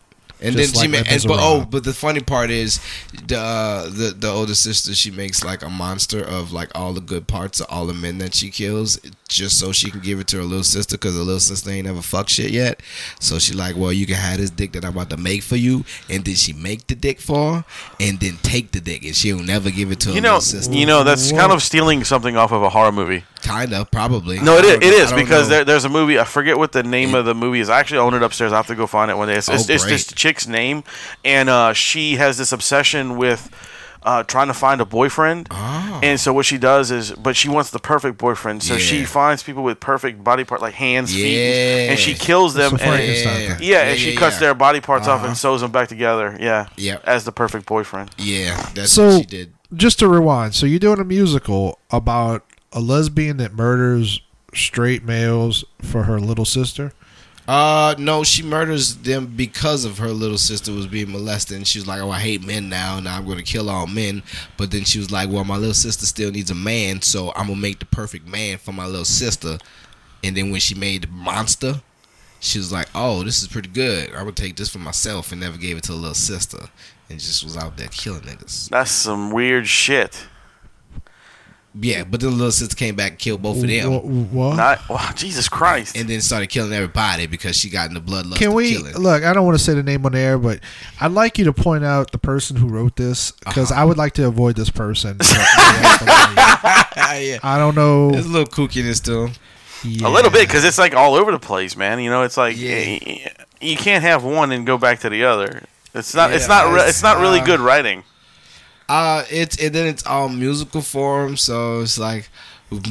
C: And
B: Just
C: then she
B: like
C: ma-
B: Les
C: and, but
B: Miserables.
C: oh, but the funny part is the uh, the the older sister she makes like a monster of like all the good parts of all the men that she kills just so she can give it to her little sister because her little sister ain't ever fuck shit yet. So she like, well, you can have this dick that I'm about to make for you, and then she make the dick for her, and then take the dick, and she'll never give it to her
A: You know,
C: little sister.
A: you know that's kind of stealing something off of a horror movie.
C: kind of probably.
A: No, it
C: I
A: is,
C: don't
A: it
C: know.
A: is
C: I don't
A: because
C: know.
A: there, there's a movie. I forget what the name of the movie is. I actually own it upstairs. I have to go find it one day. It's, it's,
C: Oh,
A: it's
C: great.
A: this chick's name, and uh, she has this obsession with uh, trying to find a boyfriend. And so what she does is, but she wants the perfect boyfriend. So she
C: Yeah.
A: finds people with perfect body part, like hands, feet,
C: Yeah.
A: and she kills them.
B: So
A: and,
B: Frankenstein
C: Yeah.
B: thing.
A: yeah, and she
C: yeah,
A: cuts
C: yeah. Uh-huh.
A: their body parts off and sews them back together. Yeah,
C: Yep.
A: as the perfect boyfriend.
C: Yeah, that's
B: So
C: what she did.
B: just to rewind, so you're doing a musical about a lesbian that murders straight males for her little sister.
C: Uh, no, she murders them because of her little sister was being molested, and she was like, "Oh, I hate men now, and I'm gonna kill all men." But then she was like, "Well, my little sister still needs a man, so I'm gonna make the perfect man for my little sister." And then when she made the monster, she was like, "Oh, this is pretty good. I'm gonna take this for myself," and never gave it to the little sister, and just was out there killing niggas.
A: That's some weird shit.
C: Yeah, but then the little sister came back and killed both of them.
B: Wha- what?
A: Not, wow, Jesus Christ.
C: Oh. and then started killing everybody because she got in the bloodlust.
B: Can
C: of
B: we
C: killing.
B: look? I don't want to say the name on the air, but I'd like you to point out the person who wrote this because
A: Uh-huh.
B: I would like to avoid this person. I
C: yeah.
B: don't know.
C: There's a little kookiness to him.
A: A little bit because it's like all over the place, man. You know, it's like
C: Yeah.
A: y- y- you can't have one and go back to the other. It's not. it's
C: Yeah,
A: not. Re-
C: it's,
A: it's not really
C: uh,
A: good writing.
C: Uh, it's and then it's all musical form, so it's like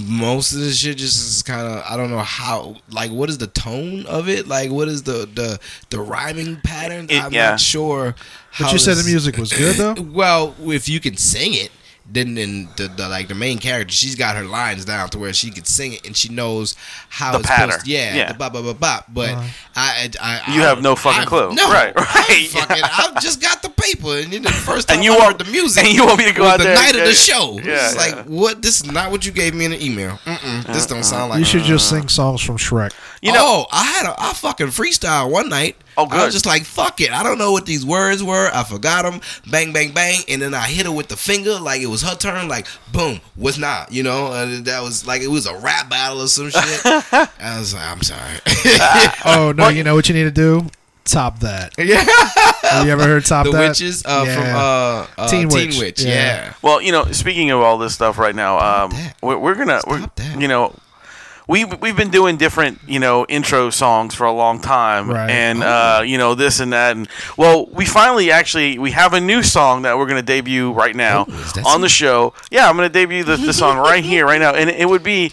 C: most of the shit just is kind of I don't know how like what is the tone of it? Like what is the the the rhyming pattern?
A: It-
C: I'm
A: yeah.
C: not sure.
B: But
C: how
B: you said the
C: this-
B: music was good though.
C: Well, if you can sing it, then then the, the like the main character, she's got her lines down to where she can sing it and she knows how
A: The
C: it's
A: pattern.
C: supposed. To, yeah,
A: Yeah.
C: the bop bop bop bop. But
B: Uh-huh.
C: I, I, I,
A: You
C: I-
A: have no fucking
C: I-
A: clue.
C: No,
A: Right,
C: I ain't
A: right.
C: fucking, I've just got the paper, and then the first time
A: And you
C: I
A: want-
C: heard the music.
A: and you want me to go
C: was
A: out
C: the
A: there and
C: night of
A: get
C: the
A: it.
C: show.
A: Yeah,
C: it's
A: yeah. Uh-uh.
C: like what? This is not what you gave me in an email. Mm-mm, this don't sound like.
B: You should just
A: Uh.
B: sing songs from Shrek.
A: You know,
C: oh, I had a I fucking freestyle one night.
A: Oh,
C: I
A: good.
C: was just like, fuck it. I don't know what these words were. I forgot them. Bang, bang, bang. And then I hit her with the finger, like it was her turn. Like, boom, what's not? You know, and that was like it was a rap battle or some shit. I was like, I'm sorry.
B: Oh no!
A: Well,
B: you know what you need to do? Top that.
C: yeah,
B: Have you ever heard top
C: the
B: that?
C: witches uh,
B: Yeah.
C: from uh, uh,
B: Teen
C: Teen,
B: Witch.
C: Witch.
B: Yeah.
C: Yeah.
A: well, you know. Speaking of all this stuff right now, um,
C: that.
A: we're, we're gonna. We're,
C: Stop that.
A: you know, we we've been doing different you know intro songs for a long time,
B: Right.
A: and
C: Oh,
A: uh, you know this and that, and well, we finally actually we have a new song that we're gonna debut right now
C: Oh, is that
A: on the
C: something?
A: show. Yeah, I'm gonna debut the, the song right here, right now, and it would be.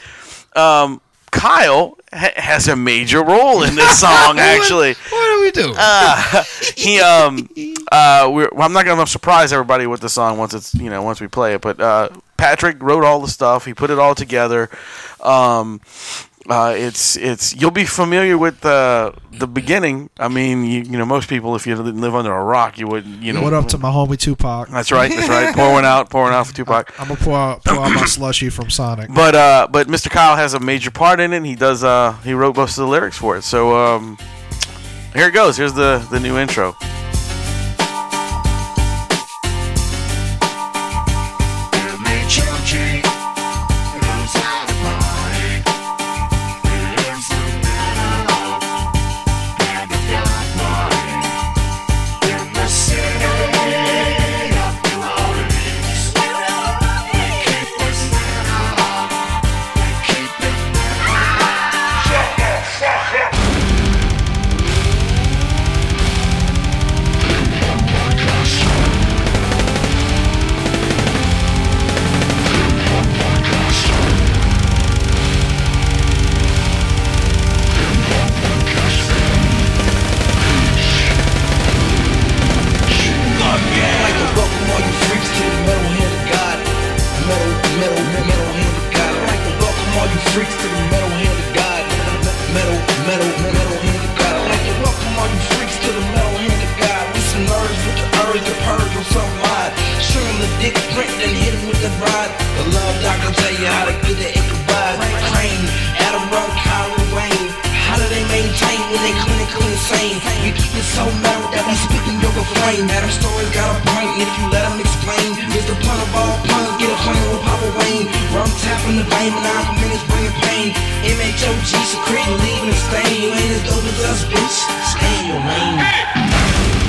A: Um, Kyle ha- has a major role in this song, actually.
C: What do we do?
A: Uh, he um uh we're well, I'm not gonna surprise everybody with the song once it's you know once we play it but uh Patrick wrote all the stuff he put it all together um uh it's it's you'll be familiar with the the beginning I mean you, you know most people if you didn't live under a rock you would you know
B: What up to my homie Tupac?
A: that's right that's right pour one out pour one out for Tupac
B: I'm gonna pour out, pour out my slushy from Sonic.
A: but uh but Mr Kyle has a major part in it and he does uh he wrote most of the lyrics for it so um here it goes here's the the new intro
D: Like a welcome all you freaks to the metal hand of God. Metal, metal, metal hand of God. I'd like to welcome all you freaks to the metal hand of God. Metal, metal, metal hand of God. I'd like to welcome all you freaks to the metal hand of God. We some nerds with the urge to purge on some mind. Shoot 'em the dick print then hit 'em with the rod. The love doctor tell you how to get the Ichabod. Crane, Adam Rowe, Kyron Wayne. How do they maintain when they clinically insane? We keep it so metal that we speak in your refrain. Adam story got a point, and if you let him explain, it's the pun of all puns. Get a plan with Papa Wayne. Rum tapping the vein, but nine minutes bringing pain. MHOG secreting, leaving a stain. You ain't as dope as us, bitch. Stay in your lane.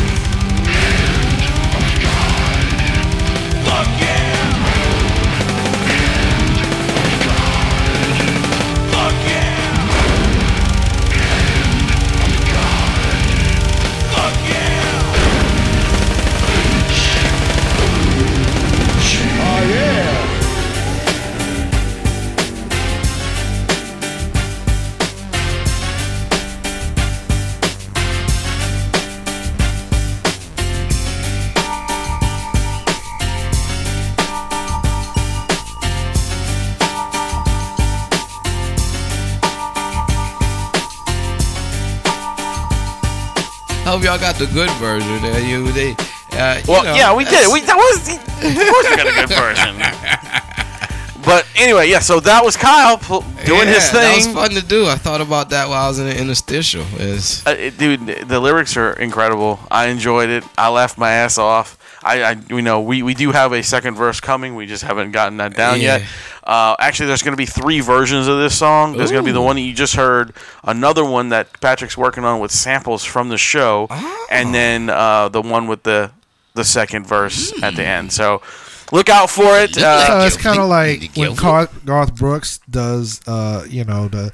C: hope y'all got the good version. Uh, you, they, uh, you
A: Well,
C: know,
A: yeah, we did.
C: that's-
A: We that was the, of course we got a good version. But anyway, yeah. So that was Kyle pl- doing his
C: Yeah, That was
A: thing.
C: fun to do. I thought about that while I was in the interstitial. It's,
A: Uh, it- dude, the lyrics are incredible. I enjoyed it. I laughed my ass off. I, I you know, we, we do have a second verse coming. We just haven't gotten that down
C: Yeah.
A: yet. Uh, actually, there's going to be three versions of this song. There's going to be the
C: Ooh.
A: one that you just heard, another one that Patrick's working on with samples from the show,
C: Oh.
A: and then uh, the one with the the second verse at
C: Hmm.
A: the end. So look out for it. Uh,
B: So it's kind of like
C: Thank you.
B: when Garth, Garth Brooks does, uh, you know, the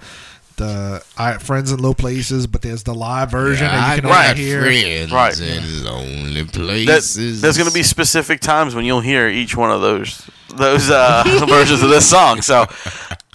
B: the I, friends in low places, but there's the live version that you can
A: Right.
B: only hear.
C: friends
A: Right.
C: in lonely
A: that-
C: places.
A: there's going to be specific times when you'll hear each one of those those uh, versions of this song. So,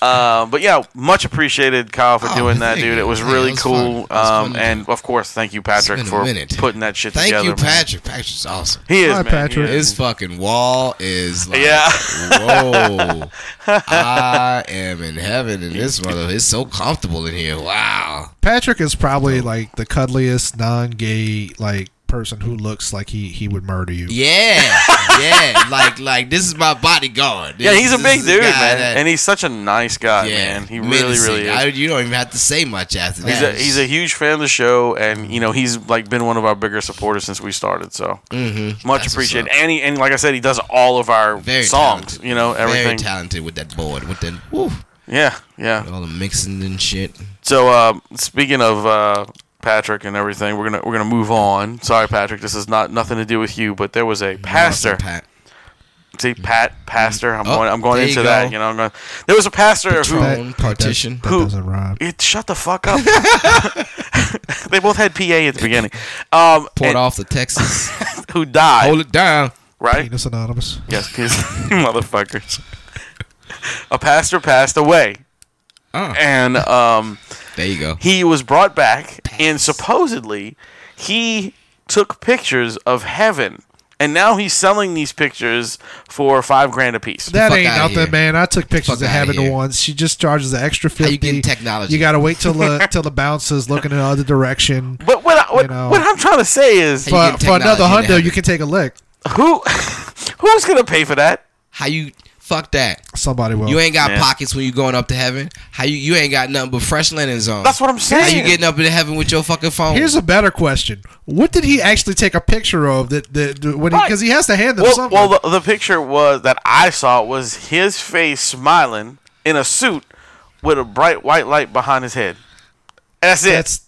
A: uh, but yeah, much appreciated, Kyle, for
C: Oh,
A: doing that,
C: thank
A: dude.
C: you.
A: It was
C: Yeah, it
A: really
C: was fun.
A: cool,
C: It was fun
A: um,
C: to
A: and of course, thank you, Patrick,
C: been a
A: for
C: minute.
A: putting that shit
C: Thank
A: together.
C: you,
A: man.
C: Patrick. Patrick's awesome.
A: He is,
B: Hi,
A: man.
B: Patrick.
A: He is.
C: His fucking wall is like,
A: Yeah.
C: whoa. I am in heaven in this mother. It's so comfortable in here. Wow.
B: Patrick is probably like the cuddliest non-gay like person who looks like he he would murder you.
C: Yeah, yeah. like, like this is my bodyguard.
A: Yeah,
C: This-
A: he's a
C: this
A: big
C: is the
A: dude,
C: guy
A: man,
C: that-
A: and he's such a nice guy, man. He really,
C: menacing.
A: really is.
C: I, you don't even have to say much after that.
A: He's a, he's a huge fan of the show, and you know he's like been one of our bigger supporters since we started. So much
C: Mm-hmm. That's what's
A: appreciated.
C: up.
A: And he, and like I said, he does all of our
C: Very
A: songs.
C: talented.
A: You know
C: very
A: everything.
C: talented with that board, with that woo,
A: yeah, yeah.
C: all the mixing and shit.
A: So uh, speaking of uh, Patrick and everything, we're gonna we're gonna move on. Sorry, Patrick, this is not nothing to do with you, but there was a pastor.
C: Pat.
A: See, Pat, pastor. I'm
C: Oh,
A: going. I'm going
C: there you
A: into that.
C: go.
A: You know, I'm going. There was a pastor who.
C: Patron. own
B: That-
C: partition.
B: That, that
A: Who-
B: doesn't rhyme.
A: It, shut the fuck up. they both had PA at the beginning. Um,
C: Port
A: and-
C: off the Texas.
A: who died?
C: Hold it down.
A: right?
B: Penis Anonymous.
A: Yes, because motherfuckers. A pastor passed away,
C: Oh,
A: and um,
C: there you go.
A: he was brought back, and supposedly he took pictures of heaven, and now he's selling these pictures for five grand a piece.
B: That
C: fuck
B: ain't
C: outta
B: nothing,
C: here.
B: man. I took pictures
C: Fuck
B: of
C: outta
B: having the
C: here.
B: ones. She just charges the extra fifty.
C: you getting technology?
B: You gotta wait till the till the bouncer's looking in the other direction.
A: but what, I, what,
B: You know.
A: what I'm trying to say is,
C: you
B: But
C: getting
B: for another
C: technology to
B: hundo,
C: have
B: you
C: it.
B: can take a lick.
A: who who's gonna pay for that?
C: How you fuck that?
B: Somebody will.
C: You ain't got
A: Yeah.
C: pockets when you going up to heaven. How you you ain't got nothing but fresh linens on.
A: That's what I'm
C: How
A: saying.
C: you getting up into heaven with your fucking phone?
B: Here's a better question: What did he actually take a picture of? That that that- when
A: Right.
B: because he, has to hand them
A: well,
B: something.
A: well the, the picture was that I saw was his face smiling in a suit with a bright white light behind his head. And that's it.
B: That's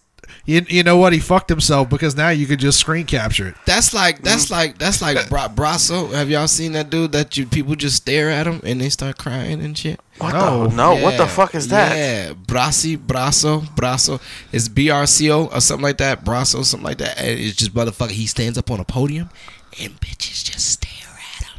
B: you, you know what he fucked himself because now you could just screen capture it.
C: That's like
A: Mm.
C: that's like that's like Bra- Brasso. Have y'all seen that dude that you people just stare at him and they start crying and shit?
A: What
B: No.
A: the no? Oh, What the
C: Yeah,
A: fuck is that?
C: Yeah, Brasi, Brasso, Brasso. It's B R C O or something like that. Brasso, something like that. And it's just motherfucker. He stands up on a podium and bitches just stare at him.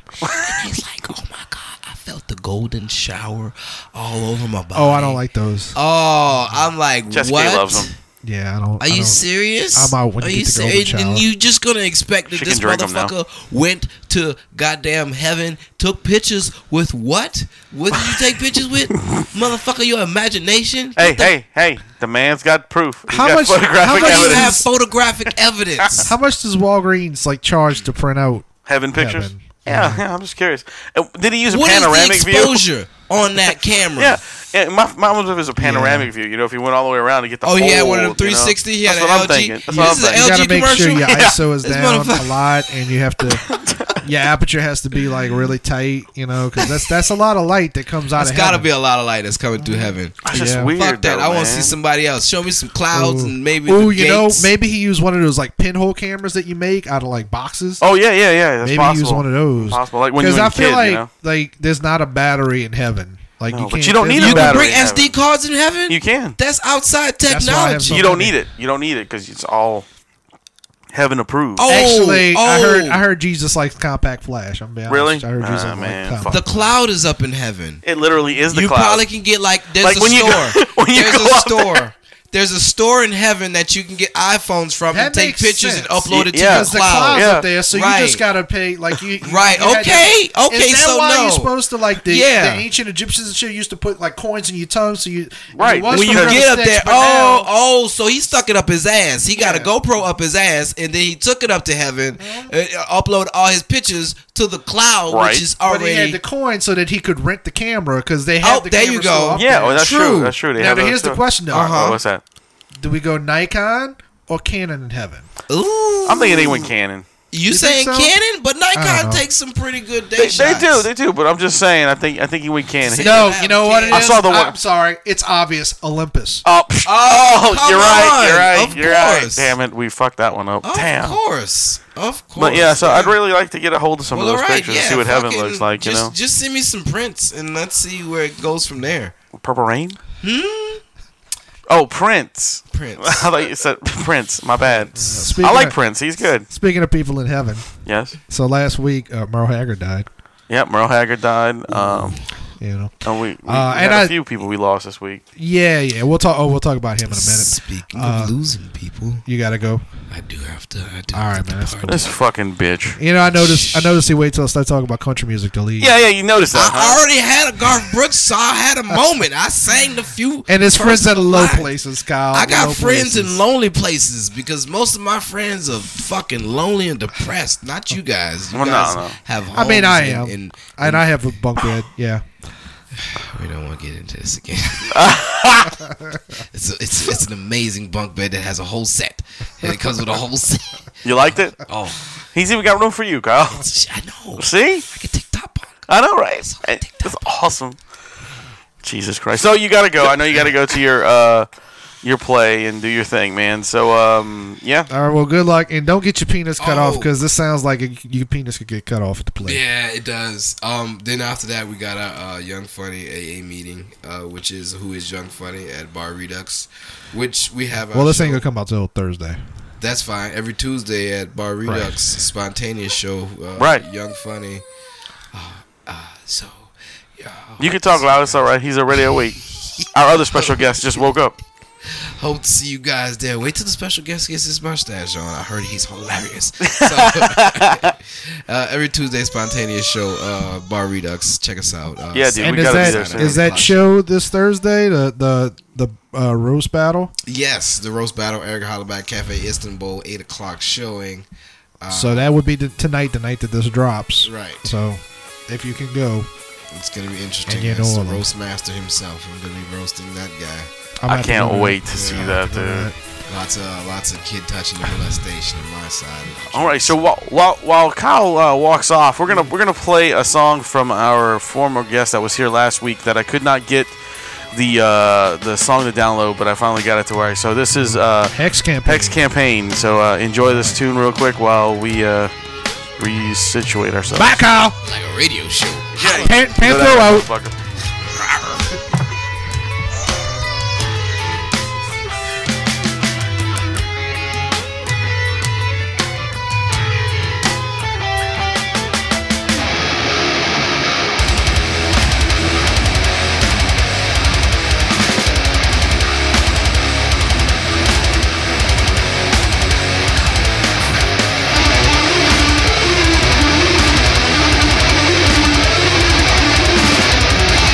C: and he's like, oh my god, I felt the golden shower all over my body.
B: Oh, I don't like those.
C: Oh, I'm like,
A: Jessica
C: what?
A: loves him.
B: Yeah, I don't.
C: Are
B: I
C: you
B: don't-
C: serious?
B: I'm out when
C: Are
B: you
C: you
B: get to go to
C: serious?
B: shower.
C: And you just gonna expect that
A: She
C: this
A: can drink 'em now.
C: motherfucker went to goddamn heaven, took pictures with what? What did you take pictures with? motherfucker, your imagination?
A: Hey,
C: Get the-
A: hey, hey! The man's got proof. He's
B: How
A: got
B: much-
A: photographic
B: how much
C: How do you
A: evidence?
C: have photographic evidence?
B: How much does Walgreens like charge to print out?
A: Heaven pictures.
B: Heaven.
A: Yeah, yeah, I'm just curious. Uh, Did he use a
C: What is the
A: panoramic view?
C: exposure on that camera?
A: Yeah, yeah. My my one was a panoramic view. You know, if he went all the way around to get the
C: Oh,
A: whole,
C: he had one of them
A: you know?
C: 360. He had
A: That's
C: an
A: what I'm
C: LG.
A: thinking. That's
C: This
A: what I'm
C: is an
A: thinking.
B: You gotta
C: LG
B: make sure
C: commercial?
B: your
C: Yeah.
B: ISO is
C: This
B: down a
C: motherfucker-
B: lot, and you have to. Your aperture has to be like really tight, you know, because that's that's a lot of light that comes out.
C: It's
B: of
C: gotta
B: heaven.
C: be a lot of light that's coming through heaven.
A: That's just
B: Yeah.
A: weird.
C: Fuck that!
A: though,
C: I want to
A: man.
C: see somebody else. Show me some clouds and maybe.
B: Ooh,
C: the
B: you
C: gates.
B: know, maybe he used one of those like pinhole cameras that you make out of like boxes.
A: Oh yeah, yeah, yeah. That's
B: maybe
A: possible.
B: he used one of those.
A: Possible, like when you
B: Because
A: were
B: I
A: a
B: feel
A: kid,
B: like
A: you know.
B: like there's not a battery in heaven. Like
A: No,
B: you
A: but
B: can't,
A: you don't
B: there's
A: need a
B: no-
C: You can
A: battery
C: bring
A: in heaven.
C: SD cards in heaven.
A: You can.
C: That's outside
B: That's why I have
C: technology.
B: so
A: you don't
B: many.
A: need it. You don't need it because it's all heaven approved.
C: Oh,
B: Actually, I
C: oh.
B: heard I heard Jesus likes compact flash. I'm being
A: Really?
B: honest. I heard Jesus
A: Nah,
B: likes
A: man,
B: compact.
A: fuck.
C: the cloud is up in heaven.
A: It literally is the
C: you
A: cloud.
C: probably can get like there's
A: Like
C: a
A: when you
C: store.
A: go- when you
C: there's
A: go
C: a
A: up
C: store.
A: there.
C: There's a store in heaven that you can get iPhones from
B: That
C: and take
B: makes
C: pictures and
B: sense.
C: upload it to
A: Yeah.
C: your
A: Because
B: the cloud's
C: cloud.
A: Yeah.
B: up there, so
C: Right.
B: you just gotta pay. Like you, you-
C: Right,
B: you had to-
C: okay, okay,
B: Is that
C: so
B: why
C: no.
B: you're supposed to like the,
C: Yeah.
B: the ancient Egyptians and shit used to put like coins in your tongue, so you
A: Right,
B: It
A: when
B: was
C: When you
B: from
A: Because-
C: get up
B: sticks,
C: there,
B: but
C: oh,
B: now-
C: oh, so he stuck it up his ass. He got a
B: Yeah. Mm-hmm.
C: GoPro up his ass, and then he took it up to heaven, uh, upload all his pictures to the cloud,
A: Right.
C: which is
B: But he
C: already
B: had the coin so that he could rent the camera because they had
C: Oh,
B: the
C: there
B: camera
C: you
B: still
C: go.
B: up
A: Yeah,
B: there.
A: well, that's true.
C: True.
A: That's true. They
B: Now,
A: have
B: here's
A: those,
B: the
A: too.
B: question, though.
A: All right,
C: Uh-huh.
A: What's that?
B: Do we go Nikon or Canon in heaven?
C: Ooh.
A: I'm thinking they went Canon.
C: You,
B: think
C: saying
B: so?
C: Canon, but
B: I
C: Nikon
B: don't know.
C: takes some pretty good day
A: They, they
C: shots.
A: do, they do. But I'm just saying. I think I think he went Canon.
C: See- uh,
B: No,
C: Yeah,
B: you know what it is.
C: I
A: saw the one-
B: I'm sorry, it's obvious. Olympus.
A: Oh, psh.
C: Oh,
A: Oh,
C: come
A: you're right.
C: on.
A: You're right.
C: Of
A: you're right.
C: course.
A: Damn it, we fucked that one up.
C: Of
A: Damn.
C: course, of course.
A: But yeah, so I'd really like to get a hold of some
C: Well,
A: of those
C: all right,
A: pictures
C: yeah,
A: and see what heaven
C: fucking
A: looks like.
C: Just, just send me some prints and let's see where it goes from there.
A: you know, Purple Rain.
C: Hmm?
A: Oh, Prince.
C: Prints.
A: I thought you said Prince. My bad.
C: Uh,
B: Speaking
A: I like
B: of-
A: Prince. He's good.
B: Speaking of people in heaven,
A: Yes.
B: so last week uh, Merle Haggard died.
A: Yep. Merle Haggard died. Um,
B: You know,
A: and we, we, we
B: Uh,
A: had
B: and
A: a
B: I-
A: few people we lost this week.
B: yeah, yeah. We'll talk. Oh, we'll talk about him in a minute.
C: Speaking
B: Uh,
C: of losing people,
B: You gotta go.
C: I do have to. I do
B: All
C: have
B: right,
C: to
B: man, that's
C: depart.
A: This fucking bitch.
B: You know, I noticed. I noticed he waited till I started talking about country music to leave.
A: Yeah, yeah. You noticed that?
C: I
A: Huh?
C: already had a Garth Brooks, so I had a moment. I sang the few.
B: And his friends
C: first
B: at low
C: line.
B: places, Kyle.
C: I got
B: Low
C: friends
B: places.
C: in lonely places because most of my friends are fucking lonely and depressed. Not you guys. You
A: Well, no,
C: guys
A: no.
C: have homes.
B: I mean, I
C: and-
B: am,
C: And,
B: and I have a bunk bed. Yeah.
C: we don't want to get into this again. it's, a, it's it's an amazing bunk bed that has a whole set. And it comes with a whole set.
A: You liked it?
C: Oh,
A: He's even got room for you, Kyle.
C: sh- I know.
A: See?
C: I can take top bunk.
A: I know, right? It's awesome. Jesus Christ! So you gotta go. I know you gotta go to your uh, your play and do your thing, man. So um, yeah.
B: All right. Well, good luck, and don't get your penis cut off
C: Oh.
B: because this sounds like a, your penis could get cut off at the plate.
C: Yeah, it does. Um, then after that, we got our uh, Young Funny AA meeting, uh, which is Who is Young Funny at Bar Redux, which we have. Our
B: Well, this
C: show.
B: ain't gonna come out till Thursday.
C: That's fine. Every Tuesday at Bar Redux, spontaneous show. Uh,
A: Right.
C: Young Funny. Uh, uh, so, yeah.
A: You can talk loud. It's all right. He's already awake. Our other special guest just woke up.
C: Hope to see you guys there. Wait till the special guest gets his mustache on. I heard he's hilarious. So, uh, every Tuesday, spontaneous show. Uh, Bar Redux. Check us out. Uh,
A: Yeah, dude,
B: and
A: we
B: is
A: gotta
B: that
A: do
B: is
A: this, yeah.
B: that show this Thursday? The the the uh, roast battle.
C: Yes, the roast battle, Eric Hollaback Cafe Istanbul, eight o'clock showing. Uh,
A: Uh-huh.
B: so that would be the, tonight, the night that this drops.
C: Right.
B: So if you can go,
C: it's gonna be interesting.
B: And you
C: That's
B: know
C: the
B: him.
C: roast master himself. I'm gonna be roasting that guy.
B: I'm
A: I can't wait to see
C: Yeah,
A: that,
B: to
A: dude.
C: Lots of lots of kid touching and molestation on my side.
A: All right. So while while, while Kyle uh, walks off, we're gonna we're gonna play a song from our former guest that was here last week that I could not get the uh, the song to download, but I finally got it to where. I, so this is uh,
B: Hex campaign.
A: Hex campaign. So uh, enjoy this tune real quick while we uh, resituate ourselves.
B: Bye, Kyle.
C: Like a radio show.
B: Pan-
A: Go
B: Panther
A: that way,
B: out.
A: motherfucker.
E: Thank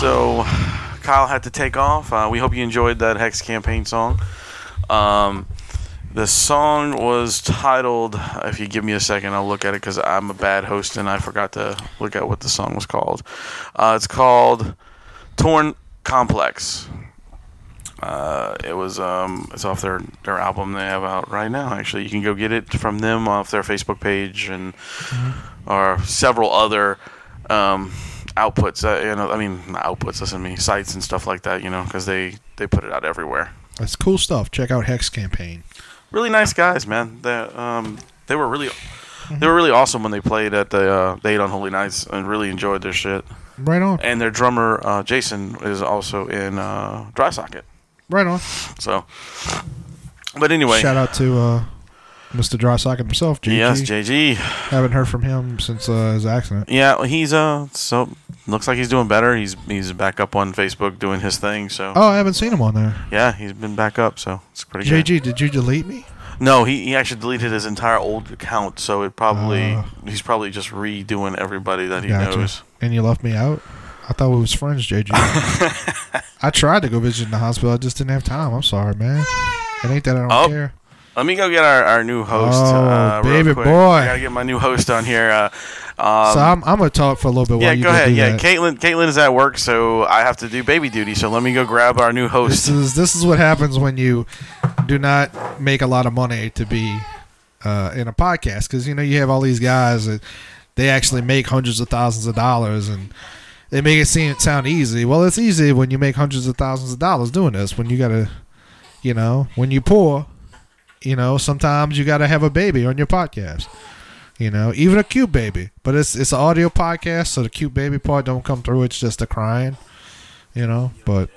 A: So Kyle had to take off. Uh, we hope you enjoyed that Hex campaign song. Um, the song was titled, if you give me a second, I'll look at it because I'm a bad host and I forgot to look at what the song was called. Uh, it's called Torn Complex. Uh, it was um, it's off their their album they have out right now. Actually, you can go get it from them off their Facebook page and or several other um, outputs. Uh, you know, I mean not outputs. Listen to me, sites and stuff like that. You know, because they they put it out everywhere.
B: That's cool stuff. Check out Hex Campaign.
A: Really nice guys, man. They um they were really they were really awesome when they played at the uh, the Eight Unholy Nights and really enjoyed their shit.
B: Right on.
A: And their drummer uh, Jason is also in uh, Dry Socket.
B: Right on.
A: So, but anyway,
B: Shout out to uh, Mr. Dry Socket himself, JG.
A: yes, JG.
B: Haven't heard from him since uh, his accident.
A: Yeah, he's uh so looks like he's doing better. He's he's back up on Facebook doing his thing. So
B: Oh, I haven't seen him on there.
A: yeah, he's been back up. So it's pretty good.
B: JG, did you delete me?
A: No, he, he actually deleted his entire old account. So it probably
B: Ah.
A: he's probably just redoing everybody that he
B: Gotcha.
A: knows.
B: And you left me out? I thought we was friends, JG. I tried to go visit the hospital. I just didn't have time. I'm sorry, man. It ain't that I don't
A: Oh,
B: care.
A: Let me go get our, our new host.
B: Oh,
A: uh, real
B: baby
A: quick.
B: boy.
A: I gotta get my new host on here. Uh, um,
B: so I'm, I'm gonna talk for a little bit
A: yeah,
B: while you
A: go ahead.
B: do
A: Yeah,
B: that.
A: Caitlin Caitlin is at work, so I have to do baby duty. So let me go grab our new
B: This
A: host.
B: is this is what happens when you do not make a lot of money to be uh, in a podcast because you know you have all these guys that they actually make hundreds of thousands of dollars and they make it seem sound easy. Well, it's easy when you make hundreds of thousands of dollars doing this. When you gotta, you know, when you poor, you know, sometimes you gotta have a baby on your podcast. You know, even a cute baby, but it's it's an audio podcast, so the cute baby part don't come through. It's just the crying, you know. But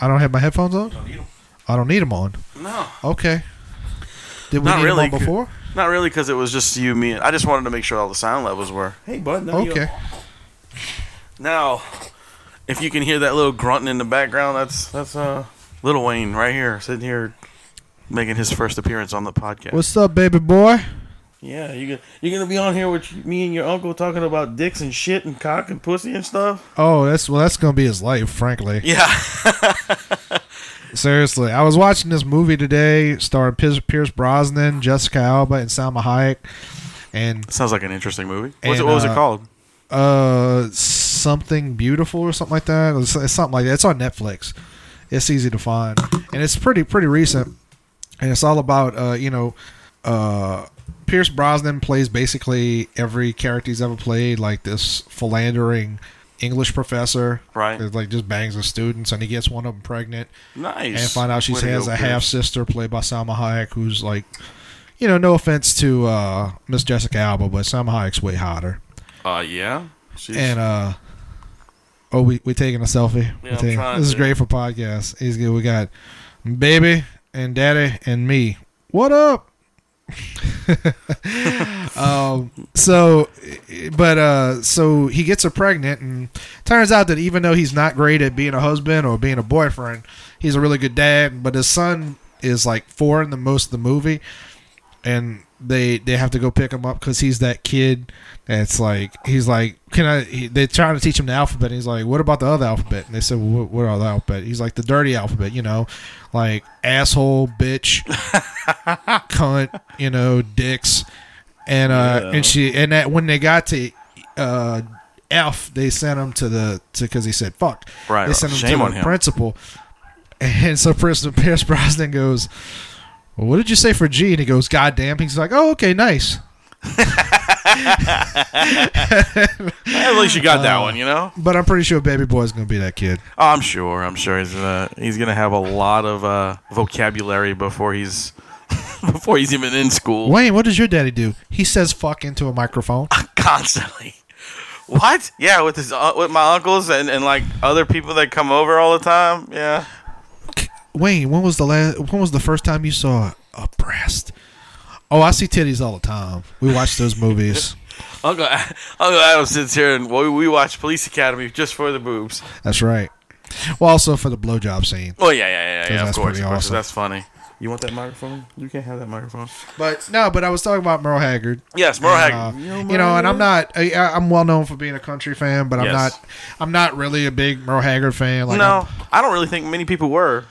B: I don't have my headphones on. I don't need them on.
A: No,
B: Okay. Did we
A: Not
B: need
A: really,
B: them on before?
A: not really, because it was just you, me. and- I just wanted to make sure all the sound levels were. Hey, bud. no, you-
B: Okay.
A: Now, if you can hear that little grunting in the background, that's that's uh little Wayne right here sitting here making his first appearance on the podcast.
B: What's up, baby boy?
A: yeah, you go- you're gonna be on here with me and your uncle talking about dicks and shit and cock and pussy and stuff.
B: Oh, that's well, that's gonna be his life, frankly.
A: Yeah.
B: Seriously, I was watching this movie today, starring Pierce, Pierce Brosnan, Jessica Alba, and Salma Hayek, and
A: Sounds like an interesting movie. What's it,
B: And,
A: what was it
B: uh,
A: called?
B: uh, something beautiful or something like that. It's, it's something like that. It's on Netflix. It's easy to find, and it's pretty pretty recent. And it's all about uh, you know, uh, Pierce Brosnan plays basically every character he's ever played, like this philandering English professor,
A: Right.
B: that, Like just bangs his students, and he gets one of them pregnant,
A: Nice.
B: and find out she
A: Way to
B: has
A: go,
B: a half
A: Pierce.
B: sister played by Salma Hayek, who's like, you know, no offense to uh, Miss Jessica Alba, but Salma Hayek's way hotter.
A: Uh, yeah. She's,
B: And uh oh, we we taking a selfie. We
A: I'm
B: taking-
A: trying
B: this is
A: to.
B: great for podcasts. He's good. We got baby and daddy and me. What up? um so but uh so he gets her pregnant and turns out that even though he's not great at being a husband or being a boyfriend he's a really good dad but his son is like four in the most of the movie and they they have to go pick him up because he's that kid that's like he's like can i he, they're trying to teach him the alphabet and he's like what about the other alphabet and they said well, what, what are the alphabet he's like the dirty alphabet you know like asshole bitch cunt you know dicks and uh and she and that when they got to uh f they sent him to the to because he said fuck
A: Right,
B: they sent him
A: shame
B: to
A: on
B: the
A: him.
B: principal and so Prince Pierce Brosnan goes well, what did you say for G? And he goes, God damn. He's like, oh, okay, nice.
A: at least you got
B: uh,
A: that one, you know.
B: But I'm pretty sure Baby Boy's going to be that kid.
A: Oh, I'm sure. I'm sure he's gonna he's gonna have a lot of uh, vocabulary before he's before he's even in school
B: Wayne, what does your daddy do? He says fuck into a microphone.
A: constantly. What? Yeah, with his uh, with my uncles and, and like other people that come over all the time. Yeah.
B: Wayne, when was the last, when was the first time you saw a breast? Oh, I see titties all the time. We watch those movies.
A: Uncle Uncle Adam sits here and we, we watch Police Academy just for the boobs.
B: That's right. Well, also for the blowjob scene.
A: Oh yeah, yeah, yeah, yeah. Of
B: that's
A: course,
B: pretty
A: of course.
B: awesome.
A: That's funny. You want that microphone? You can't have that microphone.
B: But no, but I was talking about Merle Haggard.
A: Yes, Merle
B: Uh,
A: Haggard.
B: you know, and I'm not. I, I'm well known for being a country fan, but I'm
A: Yes.
B: not. I'm not really a big Merle Haggard fan. Like
A: no, I don't really think many people were.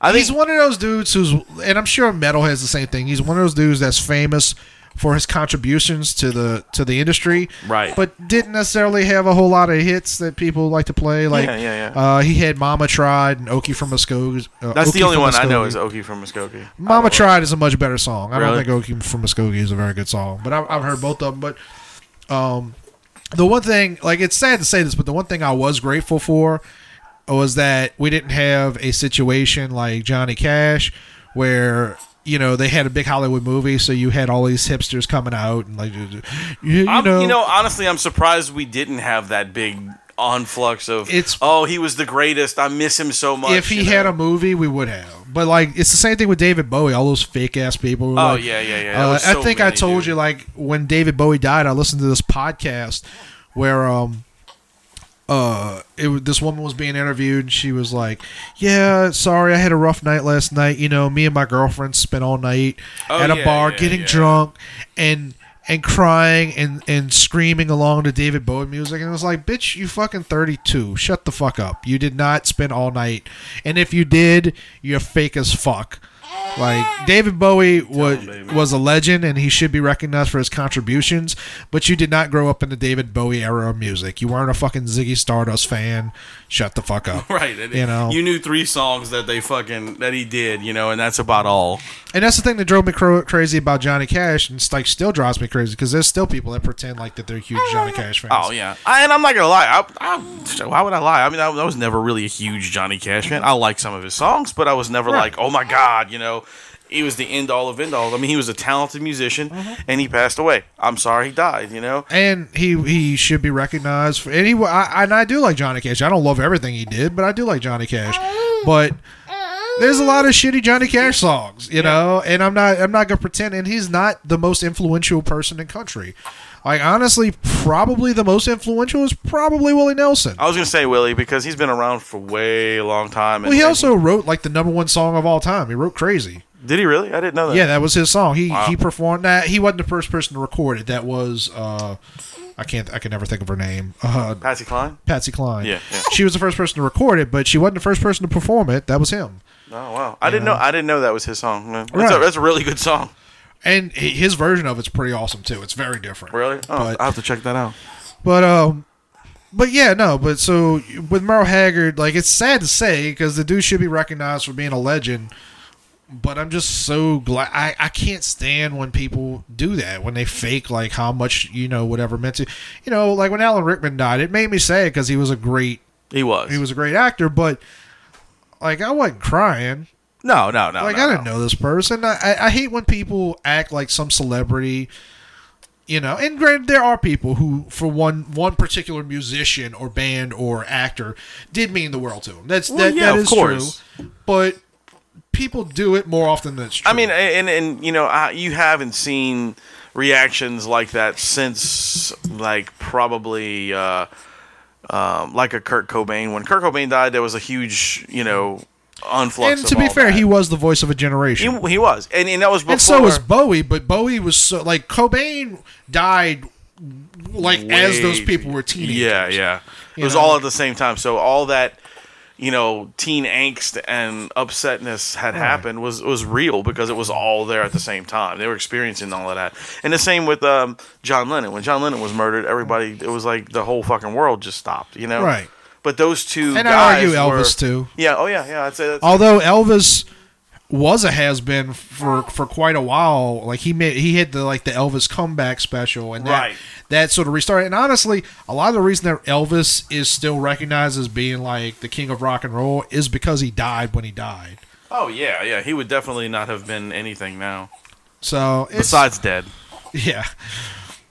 A: I
B: I'm- he's
A: think
B: one of those dudes who's, and I'm sure metal has the same thing. He's one of those dudes that's famous for his contributions to the to the industry,
A: Right.
B: But didn't necessarily have a whole lot of hits that people like to play. Like,
A: Yeah, yeah, yeah.
B: Uh, he had Mama Tried and Okie from Muskogee. uh,
A: that's the
B: Okie
A: only
B: from
A: one I know
B: Muskogee.
A: is Okie from Muskogee.
B: Mama Tried is a much better song. I
A: Really?
B: don't think Okie from Muskogee is a very good song, but I've, I've heard both of them. But um, the one thing, like, it's sad to say this, but the one thing I was grateful for was that we didn't have a situation like Johnny Cash where. You know they had a big Hollywood movie, so you had all these hipsters coming out and like, you, you
A: I'm,
B: know,
A: you know, honestly, I'm surprised we didn't have that big onflux of.
B: It's-
A: oh, he was the greatest. I miss him so much.
B: if he
A: you know?
B: had a movie, we would have. But like, it's the same thing with David Bowie. All those fake ass people. were
A: Oh,
B: like-
A: yeah, yeah, yeah. That
B: Uh,
A: was so
B: I think I
A: many,
B: told
A: dude.
B: you like when David Bowie died, I listened to this podcast where um uh it was- this woman was being interviewed and she was like yeah sorry i had a rough night last night you know me and my girlfriend spent all night
A: Oh,
B: at a
A: yeah,
B: bar
A: yeah,
B: getting
A: yeah.
B: drunk and and crying and and screaming along to david bowie music and it was like bitch you fucking 32 shut the fuck up you did not spend all night and if you did you're fake as fuck like david bowie was was a legend and he should be recognized for his contributions but you did not grow up in the david bowie era of music you weren't a fucking ziggy stardust fan shut the fuck up
A: Right, and
B: you know
A: you knew three songs that they fucking that he did, you know, and that's about all.
B: And that's the thing that drove me cro- crazy about Johnny Cash, and it's like still drives me crazy because there's still people that pretend like that they're huge Johnny Cash fans.
A: Oh yeah, I, and I'm not gonna lie. I, I, why would I lie? I mean, I, I was never really a huge Johnny Cash fan. I like some of his songs, but I was never like, oh my god, you know, he was the end all of end all. I mean, he was a talented musician,
B: Mm-hmm.
A: and he passed away. I'm sorry, he died. You know,
B: And he he should be recognized for and he wa- I, and I do like Johnny Cash. I don't love everything he did, but I do like Johnny Cash.
A: Oh.
B: But there's a lot of shitty Johnny Cash songs, you know, and I'm not I'm not gonna pretend. And he's not the most influential person in country. Like honestly, probably the most influential is probably Willie Nelson.
A: I was gonna say Willie because he's been around for way long time. And,
B: Well, he
A: and-
B: also wrote like the number one song of all time. He wrote "Crazy."
A: did he really? I didn't know that.
B: Yeah, that was his song. He he performed that. He wasn't the first person to record it. That was uh, I can't I can never think of her name. Uh,
A: Patsy Cline.
B: Patsy Cline.
A: Yeah, yeah.
B: She was the first person to record it, but she wasn't the first person to perform it. That was him.
A: Oh wow, I didn't know. I didn't know that was his song. man. That's, a,
B: Right.
A: that's a really good song.
B: And hi- his version of it's pretty awesome too. It's very different.
A: Really? Oh,
B: But-
A: I have to check that out.
B: But um, but yeah, no. But so with Merle Haggard, like it's sad to say because the dude should be recognized for being a legend. But I'm just so glad I, I can't stand when people do that when they fake like how much you know whatever meant to you know like when Alan Rickman died it made me sad because he was a great
A: He was.
B: he was a great actor but like I wasn't crying
A: No, no, no.
B: like
A: no,
B: I didn't
A: no.
B: know this person. I, I, I hate when people act like some celebrity. You know, and granted, there are people who, for one one particular musician or band or actor, did mean the world to them. That's
A: Well,
B: that,
A: yeah,
B: that
A: of
B: is
A: course.
B: true. But people do it more often than it's true.
A: I mean, and and you know, I, you haven't seen reactions like that since like probably uh, um, like a Kurt Cobain. When Kurt Cobain died, there was a huge you know unflux.
B: and
A: of
B: to be
A: all
B: fair,
A: that.
B: he was the voice of a generation.
A: he he was, and, and that was before.
B: and so was Bowie, but Bowie was so like Cobain died like as those
A: way-
B: people were teenagers.
A: Yeah, yeah. It
B: You
A: was
B: know?
A: all at the same time. So all that you know, teen angst and upsetness had happened was was real because it was all there at the same time. They were experiencing all of that. And the same with um, John Lennon. When John Lennon was murdered, everybody it was like the whole fucking world just stopped. You know,
B: Right.
A: But those two
B: And I'd
A: guys
B: argue
A: were-
B: Elvis, too.
A: Yeah. Oh yeah. Yeah. I'd say that's
B: Although Elvis was a has been for for quite a while, like he made he had the like the Elvis comeback special and that
A: Right.
B: that sort of restarted. And honestly, a lot of the reason that Elvis is still recognized as being like the king of rock and roll is because he died when he died.
A: Oh yeah. Yeah. He would definitely not have been anything now
B: So it's,
A: besides dead.
B: yeah.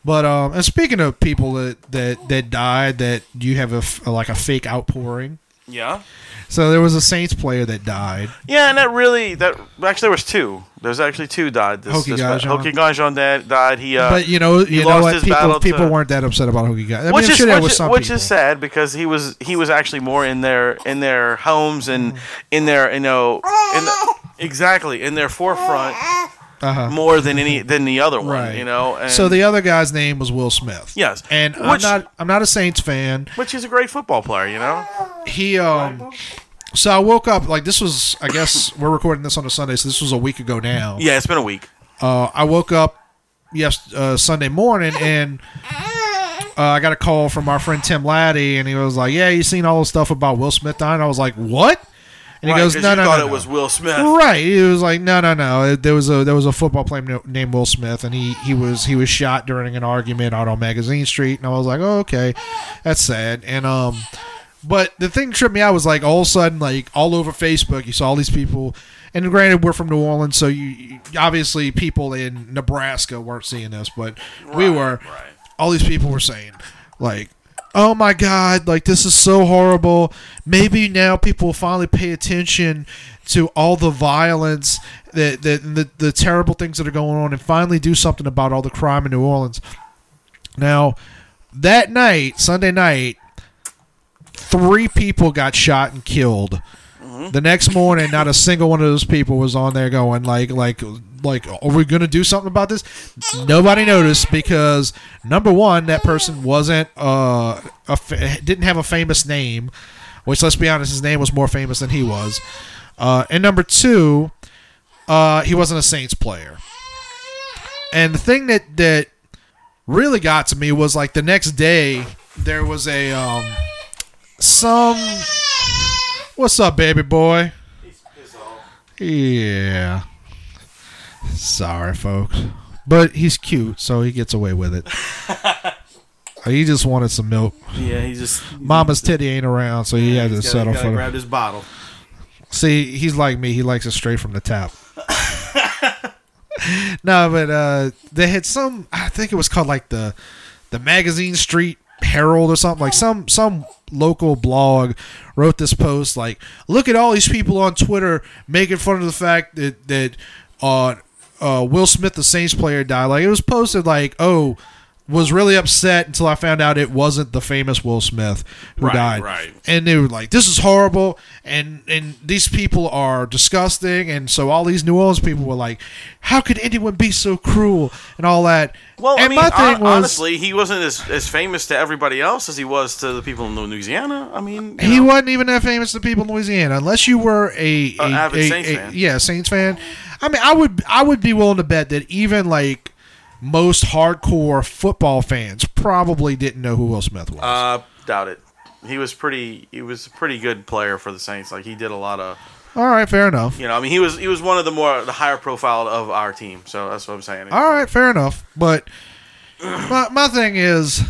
B: But um, and speaking of people that that that died, that you have a f- like a fake outpouring.
A: Yeah.
B: So there was a Saints player that died.
A: Yeah, and that really that actually there was two. There's actually two died. This,
B: Hokie
A: this
B: Gajah.
A: Hokie Gajah died. Died. He, uh,
B: but you know,
A: he
B: you know
A: lost
B: what?
A: his
B: People,
A: battle to-
B: people weren't that upset about Hokie guys. I
A: which
B: mean,
A: is
B: sure, there
A: which,
B: was
A: is-
B: some
A: which
B: people.
A: is sad because he was he was actually more in their in their homes and in their you know in the, exactly in their forefront
B: Uh-huh.
A: more than any than the other one.
B: Right.
A: You know, and
B: so the other guy's name was Will Smith.
A: Yes.
B: And I'm
A: Which-
B: not I'm not a Saints fan.
A: which is a great football player. You know,
B: He um so I woke up like this was I guess we're recording this on a Sunday, so this was a week ago now.
A: yeah, it's been a week.
B: Uh, I woke up yes uh, Sunday morning and uh, I got a call from our friend Tim Laddie and he was like, "Yeah, you seen all the stuff about Will Smith dying?" I was like, "What?" And
A: Right,
B: he goes,
A: 'cause
B: "No,
A: you
B: no,
A: thought
B: no,
A: it
B: no."
A: was Will Smith.
B: Right. It was like no, no, no. There was a there was a football player no- named Will Smith, and he he was he was shot during an argument out on Magazine Street, and I was like, oh, okay, that's sad. And um, but the thing that tripped me out was like all of a sudden, like all over Facebook, you saw all these people. And granted, we're from New Orleans, so you, you obviously people in Nebraska weren't seeing this, but we
A: Right,
B: were.
A: right.
B: All these people were saying like. Oh my God! Like this is so horrible. Maybe now people will finally pay attention to all the violence, the the, the the terrible things that are going on, and finally do something about all the crime in New Orleans. Now, that night, Sunday night, three people got shot and killed. The next morning, not a single one of those people was on there going like, like, like, are we gonna do something about this? Nobody noticed because number one, that person wasn't uh, a fa- didn't have a famous name, which let's be honest, his name was more famous than he was. Uh, and number two, uh, he wasn't a Saints player. And the thing that that really got to me was like the next day there was a um some what's up baby boy yeah sorry folks but he's cute so he gets away with it he just wanted some milk
A: Yeah, he just
B: mama's titty ain't around so he had to settle for it
A: his bottle.
B: See, he's like me. He likes it straight from the tap. no, but uh, they had some. I think it was called like the the magazine Street Herald or something. Like some some local blog wrote this post. Like, look at all these people on Twitter making fun of the fact that that uh, uh, Will Smith, the Saints player, died. Like it was posted like, oh. Was really upset until I found out it wasn't the famous Will Smith who
A: Right,
B: died
A: right.
B: and they were like, "This is horrible," and and these people are disgusting, and so all these New Orleans people were like, "How could anyone be so cruel?" and all that.
A: Well,
B: and
A: I mean, hon- honestly, he wasn't as, as famous to everybody else as he was to the people in Louisiana. I mean, you
B: he
A: know,
B: wasn't even that famous to people in Louisiana, unless you were a, a,
A: avid
B: a-
A: Saints
B: a-
A: fan.
B: yeah Saints fan. I mean, I would I would be willing to bet that even like most hardcore football fans probably didn't know who Will Smith was.
A: uh, doubt it. He was pretty. He was a pretty good player for the Saints. Like he did a lot of,
B: all right, fair enough.
A: you know. I mean, he was he was one of the more the higher profile of our team. So that's what I'm saying.
B: All right, fair enough. But my, my thing is,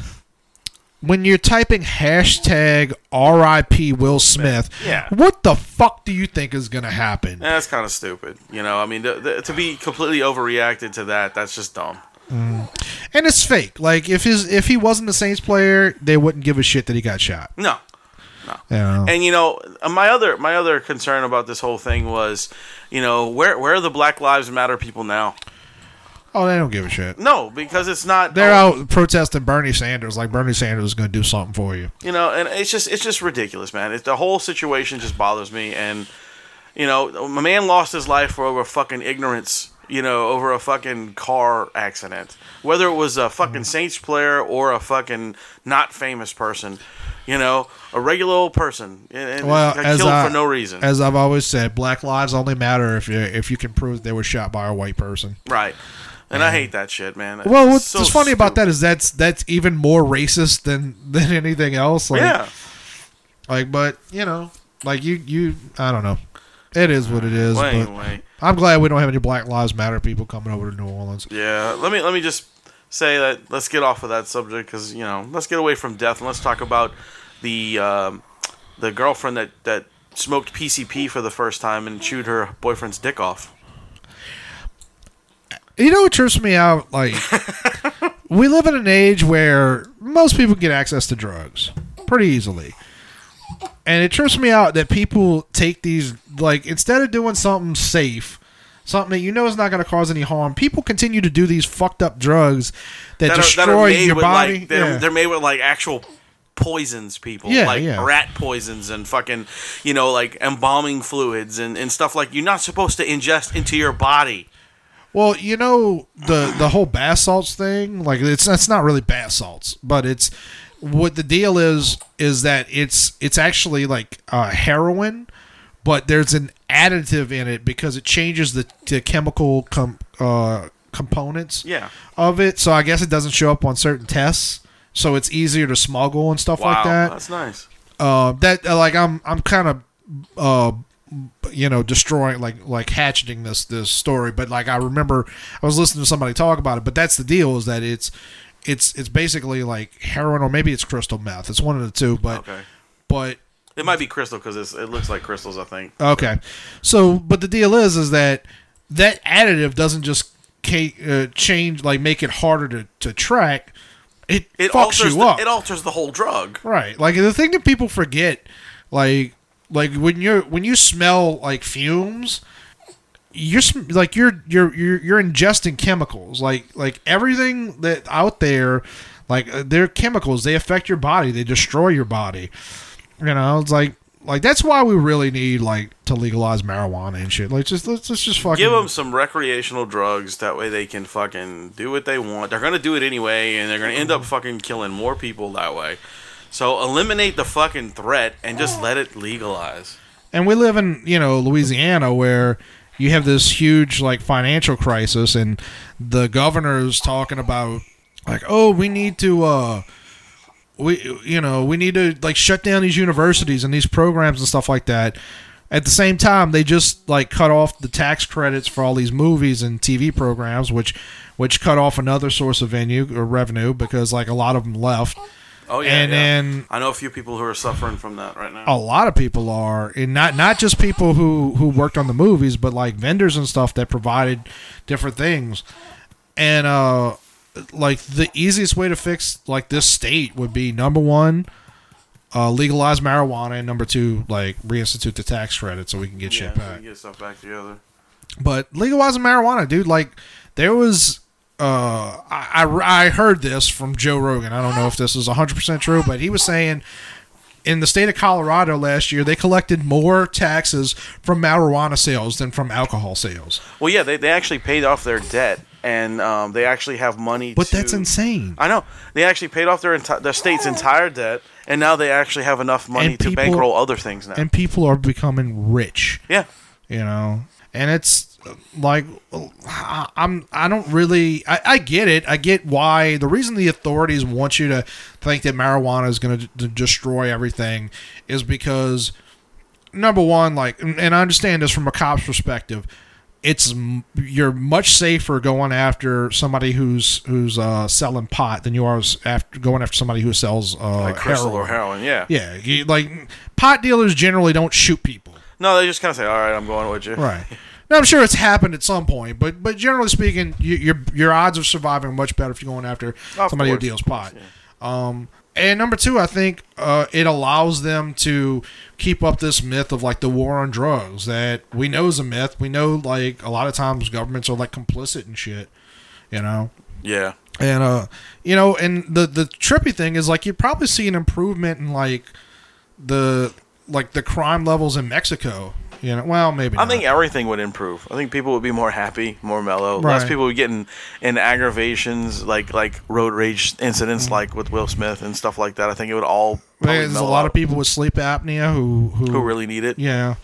B: when you're typing hashtag RIP Will Smith,
A: Yeah.
B: what the fuck do you think is going to happen?
A: Yeah, that's kind of stupid. You know, I mean, th- th- to be completely overreacted to that, that's just dumb.
B: And it's fake. Like, if his if he wasn't the Saints player, they wouldn't give a shit that he got shot.
A: No,
B: Yeah.
A: And you know, uh, my other my other concern about this whole thing was, you know, where where are the Black Lives Matter people now?
B: oh, they don't give a shit.
A: No, because it's not
B: They're
A: oh,
B: out protesting Bernie Sanders. Like, Bernie Sanders is going to do something for you.
A: you know, and it's just it's just ridiculous, man. It's the whole situation just bothers me and you know, my man lost his life for over fucking ignorance, you know, over a fucking car accident. Whether it was a
B: Mm-hmm.
A: fucking Saints player or a fucking not famous person, you know, a regular old person and, and
B: Well,
A: got
B: as
A: killed
B: I-
A: for no reason.
B: As I've always said, black lives only matter if you if you can prove they were shot by a white person.
A: Right. And I hate that shit, man.
B: Well,
A: It's
B: what's
A: so
B: what's funny about
A: stupid.
B: that is that's that's even more racist than than anything else. Like,
A: Yeah.
B: Like, but you know, like you you I don't know. It is what it is.
A: Well,
B: but
A: anyway,
B: I'm glad we don't have any Black Lives Matter people coming over to New Orleans.
A: yeah. Let me let me just say that let's get off of that subject because you know let's get away from death and let's talk about the um, the girlfriend that that smoked PCP for the first time and chewed her boyfriend's dick off.
B: You know what trips me out? Like, we live in an age where most people get access to drugs pretty easily. And it trips me out that people take these, like, instead of doing something safe, something that you know is not going to cause any harm, people continue to do these fucked up drugs that,
A: That are,
B: destroy
A: that are made
B: your
A: with
B: body.
A: like they're,
B: Yeah.
A: they're made with like actual poisons people,
B: Yeah,
A: like
B: yeah.
A: rat poisons and fucking, you know, like embalming fluids and, and stuff like you're not supposed to ingest into your body.
B: Well, you know the the whole bath salts thing. Like it's that's not really bath salts, but it's what the deal is is that it's it's actually like uh, heroin, but there's an additive in it because it changes the, the chemical com- uh, components
A: Yeah.
B: of it. So I guess it doesn't show up on certain tests. So it's easier to smuggle and stuff
A: Wow,
B: like that.
A: that's nice.
B: Uh, that uh, like I'm I'm kind of uh you know destroying like like hatcheting this this story but like I remember I was listening to somebody talk about it but that's the deal is that it's it's it's basically like heroin or maybe it's crystal meth it's one of the two but
A: Okay,
B: but
A: it might be crystal because it looks like crystals. I think.
B: Okay. So, but the deal is, is that that additive doesn't just ca- uh, change, like make it harder to, to track. It,
A: It
B: fucks
A: alters.
B: you
A: the,
B: up.
A: It alters the whole drug.
B: right. Like the thing that people forget, like, like when you're, when you smell like fumes, you're sm- like you're you're you're you're ingesting chemicals like like everything that out there like uh, they're chemicals they affect your body they destroy your body you know it's like like that's why we really need like to legalize marijuana and shit like just let's, let's just fucking
A: Give them some recreational drugs. That way they can fucking do what they want. They're gonna do it anyway, and they're gonna end up fucking killing more people that way. So eliminate the fucking threat and just let it legalize.
B: and we live in you know Louisiana where you have this huge like financial crisis and the governor's talking about like oh we need to uh we you know we need to like shut down these universities and these programs and stuff like that at the same time they just like cut off the tax credits for all these movies and TV programs which which cut off another source of venue or revenue because like a lot of them left
A: Oh yeah,
B: And
A: yeah.
B: then- Oh,
A: I know a few people who are suffering from that right now.
B: a lot of people are, and not not just people who who worked on the movies, but like vendors and stuff that provided different things. And uh, like the easiest way to fix like this state would be number one, uh, legalize marijuana, and number two, like reinstitute the tax credit so we can get
A: yeah,
B: shit
A: so we
B: back.
A: can get stuff back together.
B: But legalizing marijuana, dude, like there was. Uh, I, I I heard this from Joe Rogan. I don't know if this is 100% true, but he was saying in the state of Colorado last year, they collected more taxes from marijuana sales than from alcohol sales.
A: Well, yeah, they, they actually paid off their debt, and um, they actually have money.
B: But
A: to-
B: that's insane.
A: I know they actually paid off their enti- their state's entire debt, and now they actually have enough money
B: And
A: to
B: people-
A: bankroll other things now.
B: And people are becoming rich,
A: yeah,
B: you know? And it's uh, like, I- I'm, I don't really, I, I get it. I get why. The reason the authorities want you to think that marijuana is going to destroy everything is because number one, like, and and I understand this from a cop's perspective. It's m- you're much safer going after somebody who's who's uh, selling pot than you are s- after going after somebody who sells uh,
A: like crystal
B: heroin.
A: or heroin. Yeah.
B: Yeah, you, like pot dealers generally don't shoot people,
A: No, they just kind of say, "All right, I'm going with you."
B: right? now I'm sure it's happened at some point, but but generally speaking, you, your your odds of surviving are much better if you're going after
A: Of
B: somebody
A: course,
B: who deals
A: of course,
B: pot. Um, and number two, I think uh, it allows them to keep up this myth of like the war on drugs that we know is a myth. We know like a lot of times governments are like complicit and shit, you know.
A: Yeah.
B: And uh, you know, and the the trippy thing is like you probably see an improvement in like the like the crime levels in Mexico. You know, well maybe
A: I
B: not.
A: think everything would improve. I think people would be more happy, more mellow. Less
B: Right.
A: people would get in, in aggravations like like road rage incidents like with Will Smith and stuff like that. I think it would all probably
B: Mm-hmm. there's a
A: mellow
B: lot of
A: out.
B: people with sleep apnea who who,
A: who really need it.
B: yeah.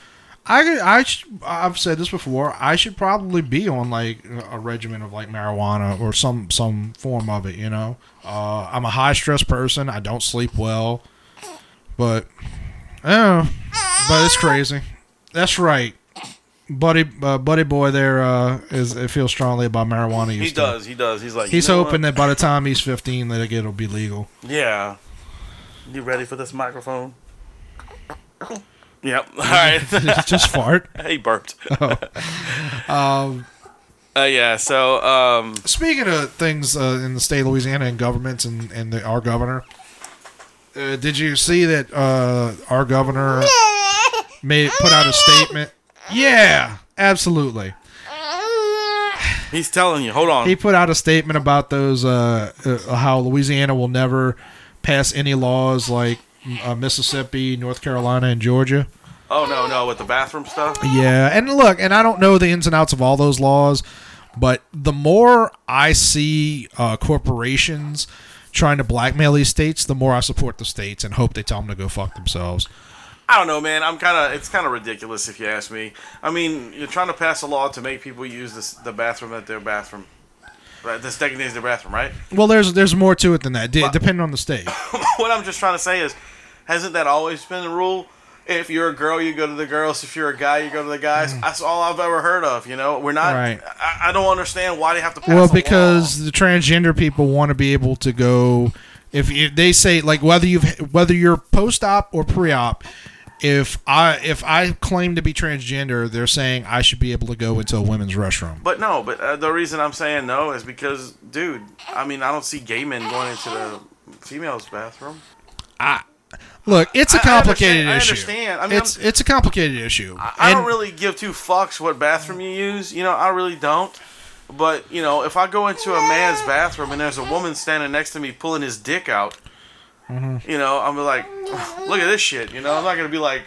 B: I I sh- I've said this before. I should probably be on like a regimen of like marijuana or some some form of it. You know, uh, I'm a high stress person. I don't sleep well, but oh, but it's crazy. That's right, buddy. Uh, buddy boy, there uh, is. It feels strongly about marijuana.
A: He
B: use too.
A: does. He does. He's like
B: He's
A: you know
B: hoping
A: what?
B: that by the time he's 15, that it- it'll be legal.
A: Yeah. You ready for this microphone? Yep. All right.
B: Just fart.
A: he burped. um.
B: Oh. Um,
A: Uh, yeah. So um.
B: Speaking of things uh, in the state of Louisiana and governments and, and the, our governor, uh, did you see that uh, our governor made put out a statement? Yeah, absolutely.
A: He's telling you. Hold on.
B: He put out a statement about those uh, uh, how Louisiana will never pass any laws like uh, Mississippi, North Carolina, and Georgia.
A: Oh no, no, with the bathroom stuff.
B: Yeah, and look, and I don't know the ins and outs of all those laws, but the more I see uh, corporations trying to blackmail these states, the more I support the states and hope they tell them to go fuck themselves.
A: I don't know, man. I'm kind of it's kind of ridiculous if you ask me. I mean, you're trying to pass a law to make people use this, the bathroom at their bathroom, right? This designates their bathroom, right?
B: Well, there's there's more to it than that, de- depending on the state.
A: what I'm just trying to say is, hasn't that always been the rule? If you're a girl, you go to the girls. If you're a guy, you go to the guys. That's all I've ever heard of. You know, we're not.
B: Mm. Right.
A: I, I don't understand why they have to. pass a
B: Well,
A: law.
B: because the transgender people want to be able to go. If, if they say like whether you've whether you're post op or pre op, if I if I claim to be transgender, they're saying I should be able to go into a women's restroom.
A: But no, but uh, the reason I'm saying no is because, dude. I mean, I don't see gay men going into the females' bathroom.
B: Look, it's a
A: I- I understand-
B: complicated
A: I
B: issue.
A: understand. I mean,
B: it's
A: I'm-
B: it's a complicated issue.
A: I
B: And-
A: don't really give two fucks what bathroom you use. You know, I really don't. But you know, if I go into a man's bathroom and there's a woman standing next to me pulling his dick out, you know, I'm like, look at this shit. You know, I'm not gonna be like,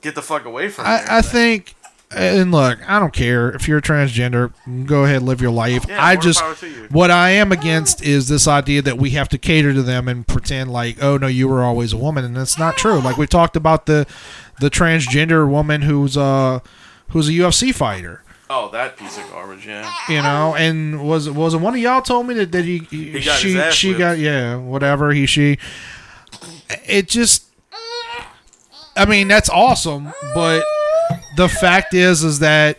A: get the fuck away from me.
B: I, I think, and look, I don't care if you're transgender. Go ahead, live your life.
A: Yeah,
B: I
A: more
B: just
A: power to you.
B: what I am against is this idea that we have to cater to them and pretend like, oh no, you were always a woman, and that's not true. Like we talked about the the transgender woman who's uh who's a UFC fighter.
A: oh, that piece of garbage. Yeah.
B: You know, and was was it one of y'all told me that, that he, he
A: got
B: she
A: his ass
B: she
A: whipped.
B: got yeah whatever he she it just I mean that's awesome but the fact is is that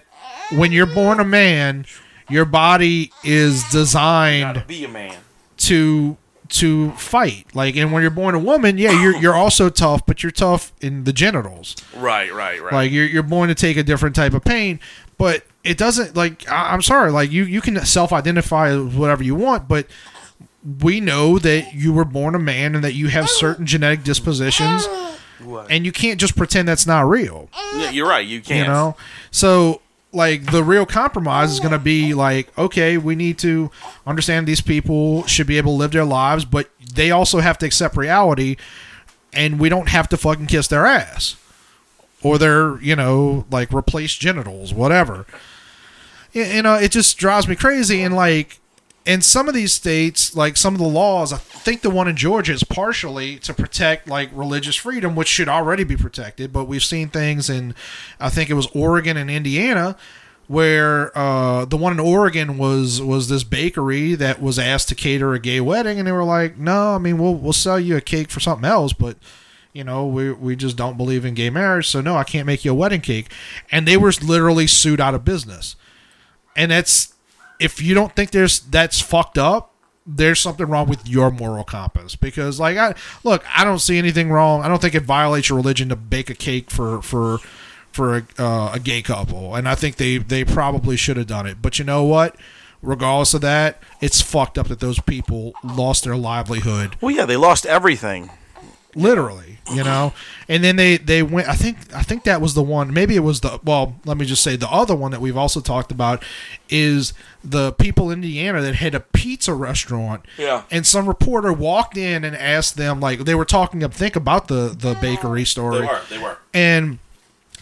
B: when you're born a man your body is designed
A: Be a man.
B: to to fight like and when you're born a woman yeah you're you're also tough but you're tough in the genitals
A: Right. Right. Right.
B: like you're you're born to take a different type of pain, but it doesn't like I, I'm sorry, like you you can self-identify as whatever you want, but we know that you were born a man and that you have certain genetic dispositions, and you can't just pretend that's not real.
A: Yeah, you're right. You can't.
B: You know? So like the real compromise is going to be like okay we need to understand these people should be able to live their lives but they also have to accept reality and we don't have to fucking kiss their ass or their you know like replaced genitals whatever Y- you know it just drives me crazy and like in some of these states like some of the laws i think the one in georgia is partially to protect like religious freedom which should already be protected but we've seen things in i think it was oregon and indiana where uh, the one in Oregon was was this bakery that was asked to cater a gay wedding, and they were like, "No, I mean, we'll we'll sell you a cake for something else, but you know, we, we just don't believe in gay marriage, so no, I can't make you a wedding cake. And they were literally sued out of business. And that's if you don't think there's that's fucked up, there's something wrong with your moral compass. Because like I look, I don't see anything wrong. I don't think it violates your religion to bake a cake for for for a, uh, a gay couple, and I think they they probably should have done it. But you know what? Regardless of that, it's fucked up that those people lost their livelihood
A: Well, yeah, they lost everything.
B: literally you know and then they they went i think i think that was the one maybe it was the well let me just say the other one that we've also talked about is the people in indiana that had a pizza restaurant
A: Yeah.
B: and some reporter walked in and asked them like they were talking up think about the the bakery story
A: They were.
B: and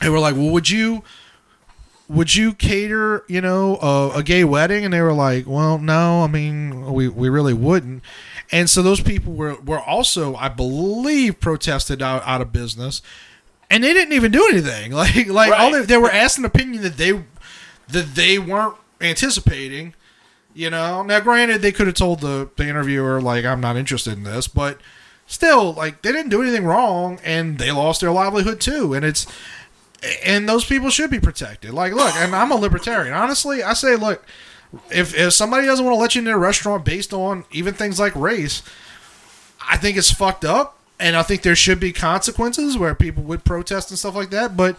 B: they were like, "Well, would you would you cater, you know, a, a gay wedding?" And they were like, "Well, no, I mean, we, we really wouldn't." And so those people were were also, I believe, protested out, out of business, and they didn't even do anything. Like like all they,
A: Right.
B: they were asked an opinion that they that they weren't anticipating. You know, now granted, they could have told the, the interviewer, like, I'm not interested in this, but still, like, they didn't do anything wrong and they lost their livelihood too. And it's, and those people should be protected. Like, look, and I'm a libertarian. Honestly, I say, look, if, if somebody doesn't want to let you into a restaurant based on even things like race, I think it's fucked up. And I think there should be consequences where people would protest and stuff like that. But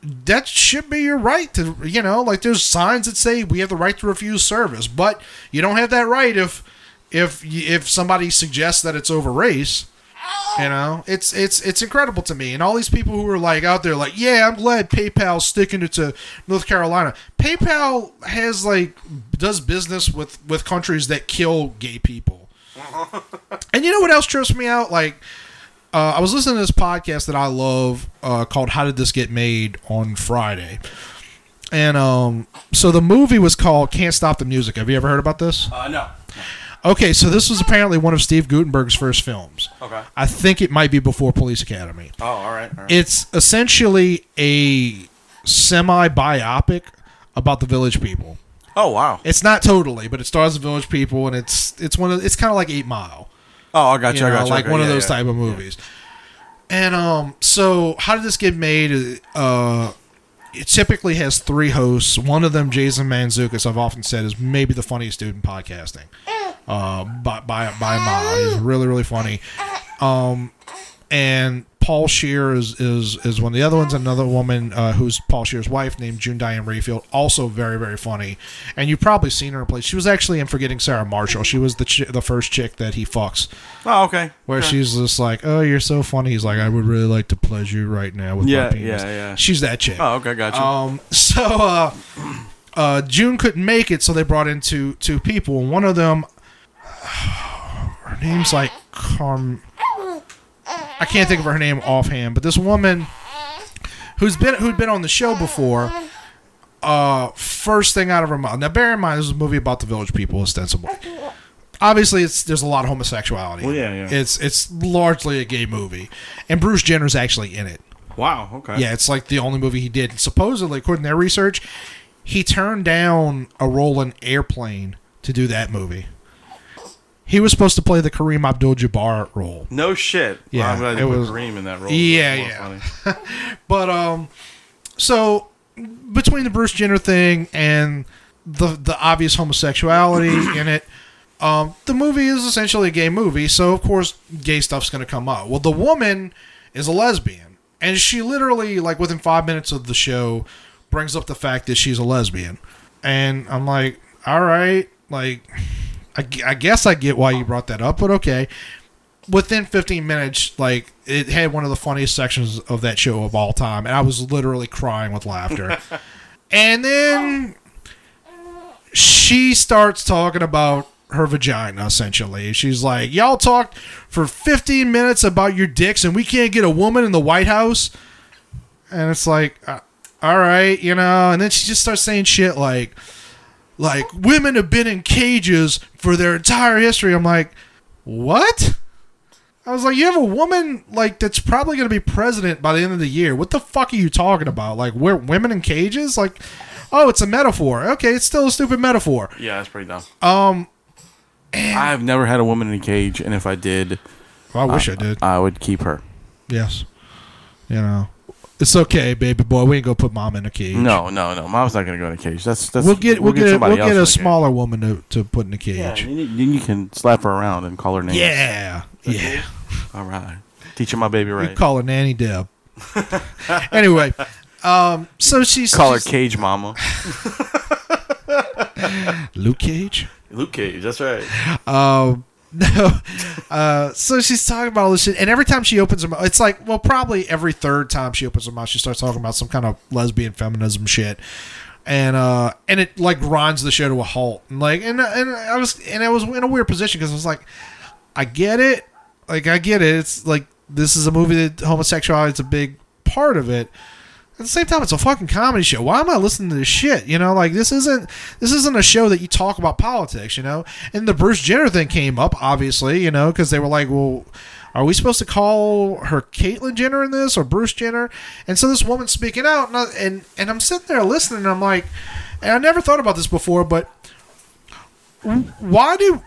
B: that should be your right to you know like there's signs that say we have the right to refuse service but you don't have that right if if y- if somebody suggests that it's over race you know it's it's it's incredible to me and all these people who are like out there like yeah i'm glad paypal's sticking it to north carolina paypal has like does business with with countries that kill gay people And you know what else trips me out? Like, uh, I was listening to this podcast that I love uh, called "How Did This Get Made" on Friday, and um, so the movie was called "Can't Stop the Music." Have you ever heard about this?
A: Uh, no.
B: Okay, so this was apparently one of Steve Gutenberg's first films.
A: Okay.
B: I think it might be before Police Academy.
A: Oh, all right. All right.
B: It's essentially a semi biopic about the village people.
A: oh, wow.
B: It's not totally, but it stars the village people, and it's it's one of it's kind of like Eight Mile
A: Oh, I got
B: you
A: you. I
B: know,
A: got you.
B: like
A: okay,
B: one of
A: yeah,
B: those
A: yeah.
B: type of movies. And um, so how did this get made? Uh, it typically has three hosts. One of them, Jason Manzukis, I've often said is maybe the funniest dude in podcasting. Uh, by by by a mile, he's really really funny. Um, and Paul Shear is is is one of the other ones. Another woman uh, who's Paul Shear's wife named June Diane Rayfield, also very very funny. And you've probably seen her in place. She was actually in Forgetting Sarah Marshall. She was the chi- the first chick that he fucks
A: Oh, okay.
B: where
A: Okay.
B: she's just like, "Oh, you're so funny." He's like, "I would really like to pleasure you right now with
A: Yeah,
B: my penis."
A: yeah, yeah.
B: She's that chick.
A: Oh, okay. Got you.
B: Um, so uh, uh, June couldn't make it, so they brought in two two people. One of them, her name's like Carm. I can't think of her name offhand, but this woman who's been who'd been on the show before. Uh, first thing out of her mouth. Now, bear in mind, this is a movie about the village people, ostensibly. Obviously, it's there's a lot of homosexuality.
A: Well,
B: in
A: yeah,
B: it.
A: yeah.
B: It's it's largely a gay movie, and Bruce Jenner's actually in it.
A: wow. Okay.
B: Yeah, it's like the only movie he did. Supposedly, according to their research, he turned down a role in Airplane to do that movie. He was supposed to play the Kareem Abdul-Jabbar role,
A: No shit.
B: Yeah,
A: Wow, I'm glad
B: it
A: they put
B: was-
A: Kareem in that role.
B: Yeah,
A: That's
B: yeah.
A: more funny.
B: but um, so between the Bruce Jenner thing and the the obvious homosexuality in it, um, the movie is essentially a gay movie. So of course, gay stuff's going to come up. Well, the woman is a lesbian, and she literally like within five minutes of the show brings up the fact that she's a lesbian, and I'm like, all right, like. I, gu- I guess I get why you brought that up, but okay. Within 15 minutes, like it had one of the funniest sections of that show of all time, and I was literally crying with laughter. and then she starts talking about her vagina essentially. She's like, "Y'all talked for 15 minutes about your dicks, and we can't get a woman in the White House." And it's like, uh, all right, you know. And then she just starts saying shit like, like women have been in cages for their entire history. I'm like, what? I was like, you have a woman like that's probably going to be president by the end of the year. What the fuck are you talking about? Like, we're women in cages? Like, oh, it's a metaphor. Okay, it's still a stupid metaphor.
A: Yeah, that's pretty dumb. Um, I've never had a woman in a cage, and if I did,
B: I
A: Uh,
B: wish I did.
A: I would keep her.
B: yes, you know, it's okay, baby boy. We ain't gonna put mom in a cage.
A: No, no, no. Mom's not gonna go in a cage. That's that's.
B: we'll get we'll, get, a-
A: somebody
B: we'll
A: else
B: get
A: in
B: a
A: cage.
B: smaller woman to, to put in a
A: Yeah,
B: cage.
A: then you, then you can slap her around and call her names.
B: Yeah, yeah.
A: All right. Teaching my baby
B: We
A: right.
B: call her Nanny Deb. anyway, um, so she's
A: Call her
B: she's-
A: Cage Mama.
B: Luke Cage.
A: Luke Cage. That's right.
B: Um, no, uh, so she's talking about all this shit, and every time she opens her mouth, it's like, well, probably every third time she opens her mouth, she starts talking about some kind of lesbian feminism shit, and uh, and it like grinds the show to a halt, and like, and and I was and I was in a weird position because I was like, I get it, like I get it, it's like this is a movie that homosexuality is a big part of it, at the same time, it's a fucking comedy show. Why am I listening to this shit? You know, like this isn't this isn't a show that you talk about politics. You know, and the Bruce Jenner thing came up obviously. You know, because they were like, well, are we supposed to call her Caitlyn Jenner in this or Bruce Jenner? And so this woman's speaking out, and I, and, and I'm sitting there listening, and I'm like, and I never thought about this before, but why do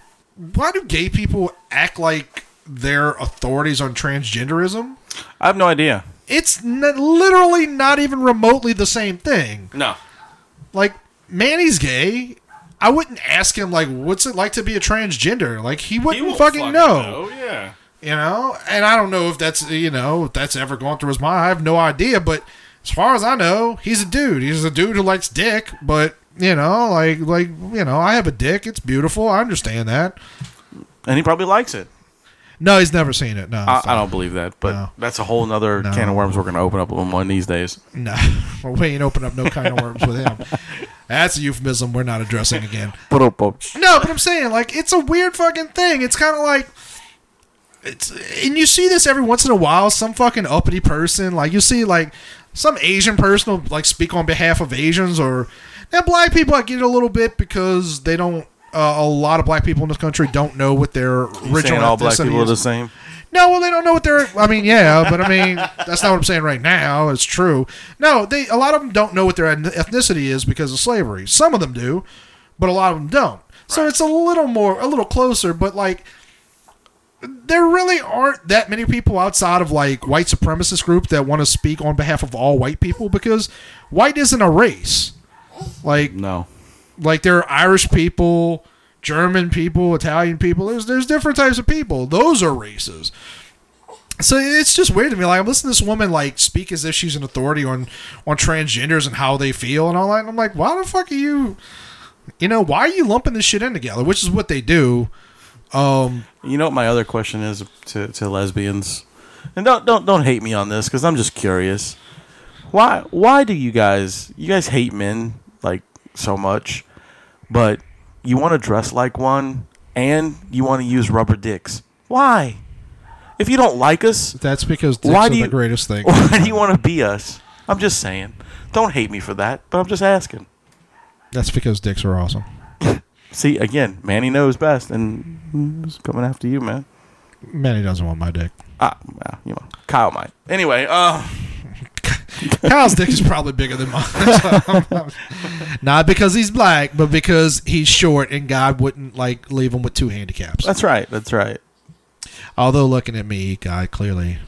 B: why do gay people act like they're authorities on transgenderism?
A: I have no idea.
B: It's not, literally not even remotely the same thing
A: No.
B: like Manny's gay. I wouldn't ask him like, "What's it like to be a transgender?" Like he wouldn't fucking, know,
A: Yeah.
B: you know. And I don't know if that's you know if that's ever gone through his mind. I have no idea. But as far as I know, he's a dude. He's a dude who likes dick. But you know, like like you know, I have a dick. It's beautiful. I understand that.
A: And he probably likes it.
B: No, he's never seen it. No,
A: I,
B: so-
A: I don't believe that, but
B: No.
A: that's a whole nother can of worms we're gonna open up on one of these days.
B: uh, No, well, we ain't open up no kind of worms with him. That's a euphemism we're not addressing again.
A: Ba-dum-bum.
B: No, but I'm saying like it's a weird fucking thing. It's kind of like it's and you see this every once in a while. Some fucking uppity person, like you see like some Asian person will like speak on behalf of Asians or now black people. I get it a little bit because they don't. Uh, a lot of black people in this country don't know what their original
A: Saying all black
B: ethnicity
A: people are
B: is.
A: the same.
B: No, well, they don't know what they're. I mean, yeah, but I mean, that's not what I'm saying right now. It's true. No, they a lot of them don't know what their ethnicity is because of slavery. Some of them do, but a lot of them don't. So it's a little more, a little closer. But like, there really aren't that many people outside of like white supremacist group that want to speak on behalf of all white people because white isn't a race. Like,
A: No.
B: like there are Irish people, German people, Italian people. There's there's different types of people. Those are races. So it's just weird to me. Like I'm listening to this woman like speak as if she's an authority on on transgenders and how they feel and all that. And I'm like, why the fuck are you? You know, why are you lumping this shit in together? Which is what they do. Um,
A: You know what my other question is to, to lesbians, and don't don't don't hate me on this because I'm just curious. Why why do you guys you guys hate men like so much, but you want to dress like one and you want to use rubber dicks? Why? If you don't like us,
B: that's because dicks
A: why
B: are
A: do you
B: the greatest thing.
A: Why do you want to be us? I'm just saying. Don't hate me for that, but I'm just asking.
B: That's because dicks are awesome.
A: See again, Manny knows best, and he's coming after you, man.
B: Manny doesn't want my dick.
A: Ah, ah, you know, Kyle might. Anyway, uh.
B: Kyle's dick is probably bigger than mine. Not because he's black, but because he's short and God wouldn't like leave him with two handicaps.
A: That's right. That's right.
B: Although looking at me, God clearly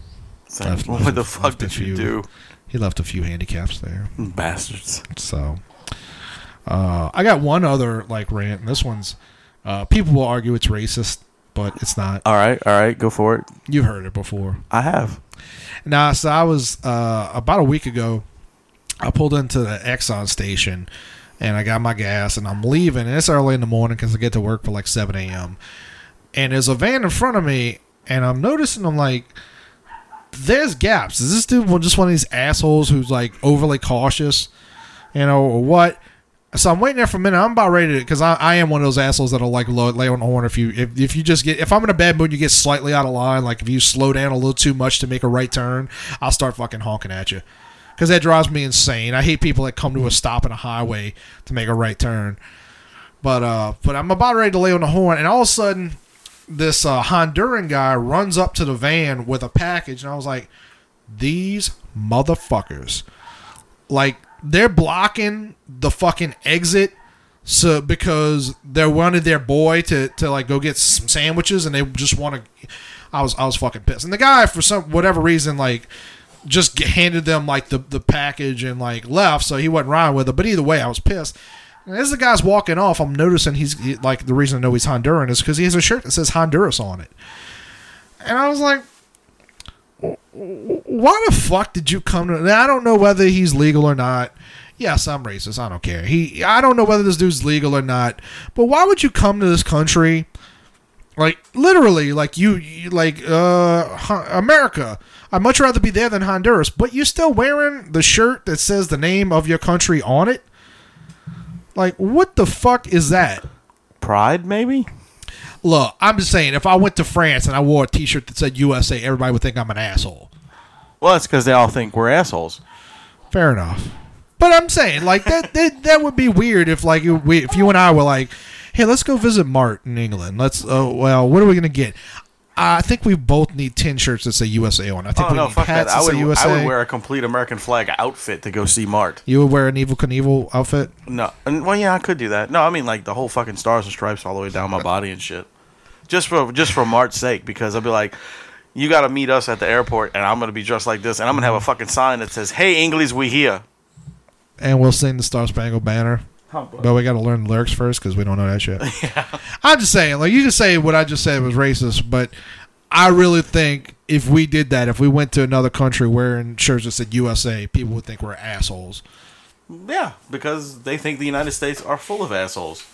A: So,
B: Left-
A: what the
B: left-
A: fuck
B: left
A: did
B: if
A: you
B: you-
A: do,
B: he left a few handicaps there.
A: bastards?
B: So uh, I got one other like rant, and this one's uh, people will argue it's racist, but it's not.
A: All right, all right, go for it.
B: You've heard it before.
A: I have.
B: Nah, so I was uh, about a week ago. I pulled into the Exxon station, and I got my gas, and I'm leaving. And it's early in the morning because I get to work for like 7 a.m. And there's a van in front of me, and I'm noticing I'm like, there's gaps. Is this dude one- just one of these assholes who's like overly cautious, you know, or what? So I'm waiting there for a minute. I'm about ready to, because I, I am one of those assholes that'll like low, lay on the horn if you if, if you just get if I'm in a bad mood, you get slightly out of line. Like if you slow down a little too much to make a right turn, I'll start fucking honking at you, because that drives me insane. I hate people that come to a stop in a highway to make a right turn. But uh, but I'm about ready to lay on the horn, and all of a sudden, this uh, Honduran guy runs up to the van with a package, and I was like, these motherfuckers like they're blocking the fucking exit so because they wanted their boy to to like go get some sandwiches and they just want to i was i was fucking pissed and the guy for some whatever reason like just g- handed them like the the package and like left so he wasn't riding with it but either way i was pissed and as the guy's walking off i'm noticing he's he- like the reason i know he's honduran is because he has a shirt that says honduras on it and i was like why the fuck did you come to? Now, I don't know whether he's legal or not. Yes, I'm racist. I don't care. He, I don't know whether this dude's legal or not. But why would you come to this country? Like literally, like you, you like uh, Hon- America. I'd much rather be there than Honduras. But you're still wearing the shirt that says the name of your country on it. Like, what the fuck is that?
A: Pride, maybe.
B: Look, I'm just saying, if I went to France and I wore a T-shirt that said USA, everybody would think I'm an asshole.
A: Well, that's because they all think we're assholes.
B: Fair enough. But I'm saying like that that, that would be weird if like you- we, if you and I were like, hey, let's go visit Mart in England. Let's oh well, what are we gonna get? I think we both need ten shirts that say USA on. I think
A: Oh
B: we
A: no,
B: need
A: fuck that.
B: hats
A: I would,
B: say USA.
A: I would wear a complete American flag outfit to go see Mart.
B: you would wear an evil Knievel outfit.
A: No, and, well, yeah, I could do that. No, I mean like the whole fucking stars and stripes all the way down my body and shit, just for just for Mart's sake, because I'd be like, you got to meet us at the airport, and I'm gonna be dressed like this, and I'm gonna have a fucking sign that says, "Hey, English, we here."
B: and we'll sing the Star Spangled Banner. But we got to learn the lyrics first because we don't know that shit. I'm just saying, like you can say what I just said was racist, but I really think if we did that, if we went to another country wearing shirts that said USA, people would think we're assholes.
A: Yeah, because they think the United States are full of assholes.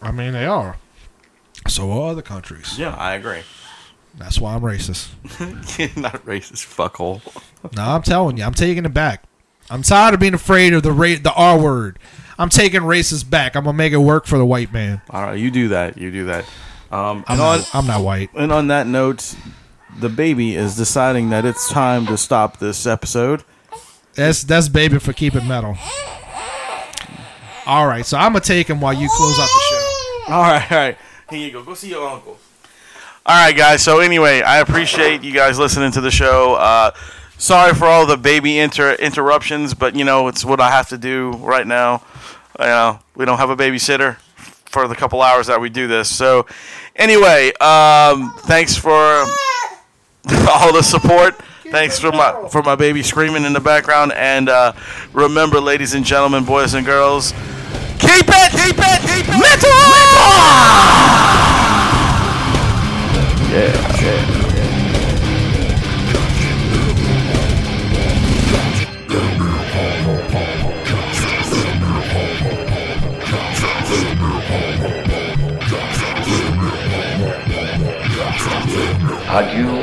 B: I mean, they are. So are other countries.
A: Yeah, I agree.
B: That's why I'm racist.
A: Not racist, fuckhole.
B: No, I'm telling you, I'm taking it back. I'm tired of being afraid of the ra- the R word. I'm taking races back. I'm gonna make it work for the white man.
A: All right, you do that. You do that. Um,
B: I'm,
A: and on
B: not, I'm not white.
A: and on that note, the baby is deciding that it's time to stop this episode.
B: That's that's baby for keeping metal. All right, so I'm gonna take him while you close out the show.
A: All right, all right. Here you go. Go see your uncle. All right, guys. So anyway, I appreciate you guys listening to the show. Uh, sorry for all the baby inter- interruptions, but you know it's what I have to do right now. You know, we don't have a babysitter for the couple hours that we do this. So anyway, um, thanks for all the support. Thanks for my for my baby screaming in the background. And uh, remember, ladies and gentlemen, boys and girls, keep it, keep it, keep it metal.
E: Adieu,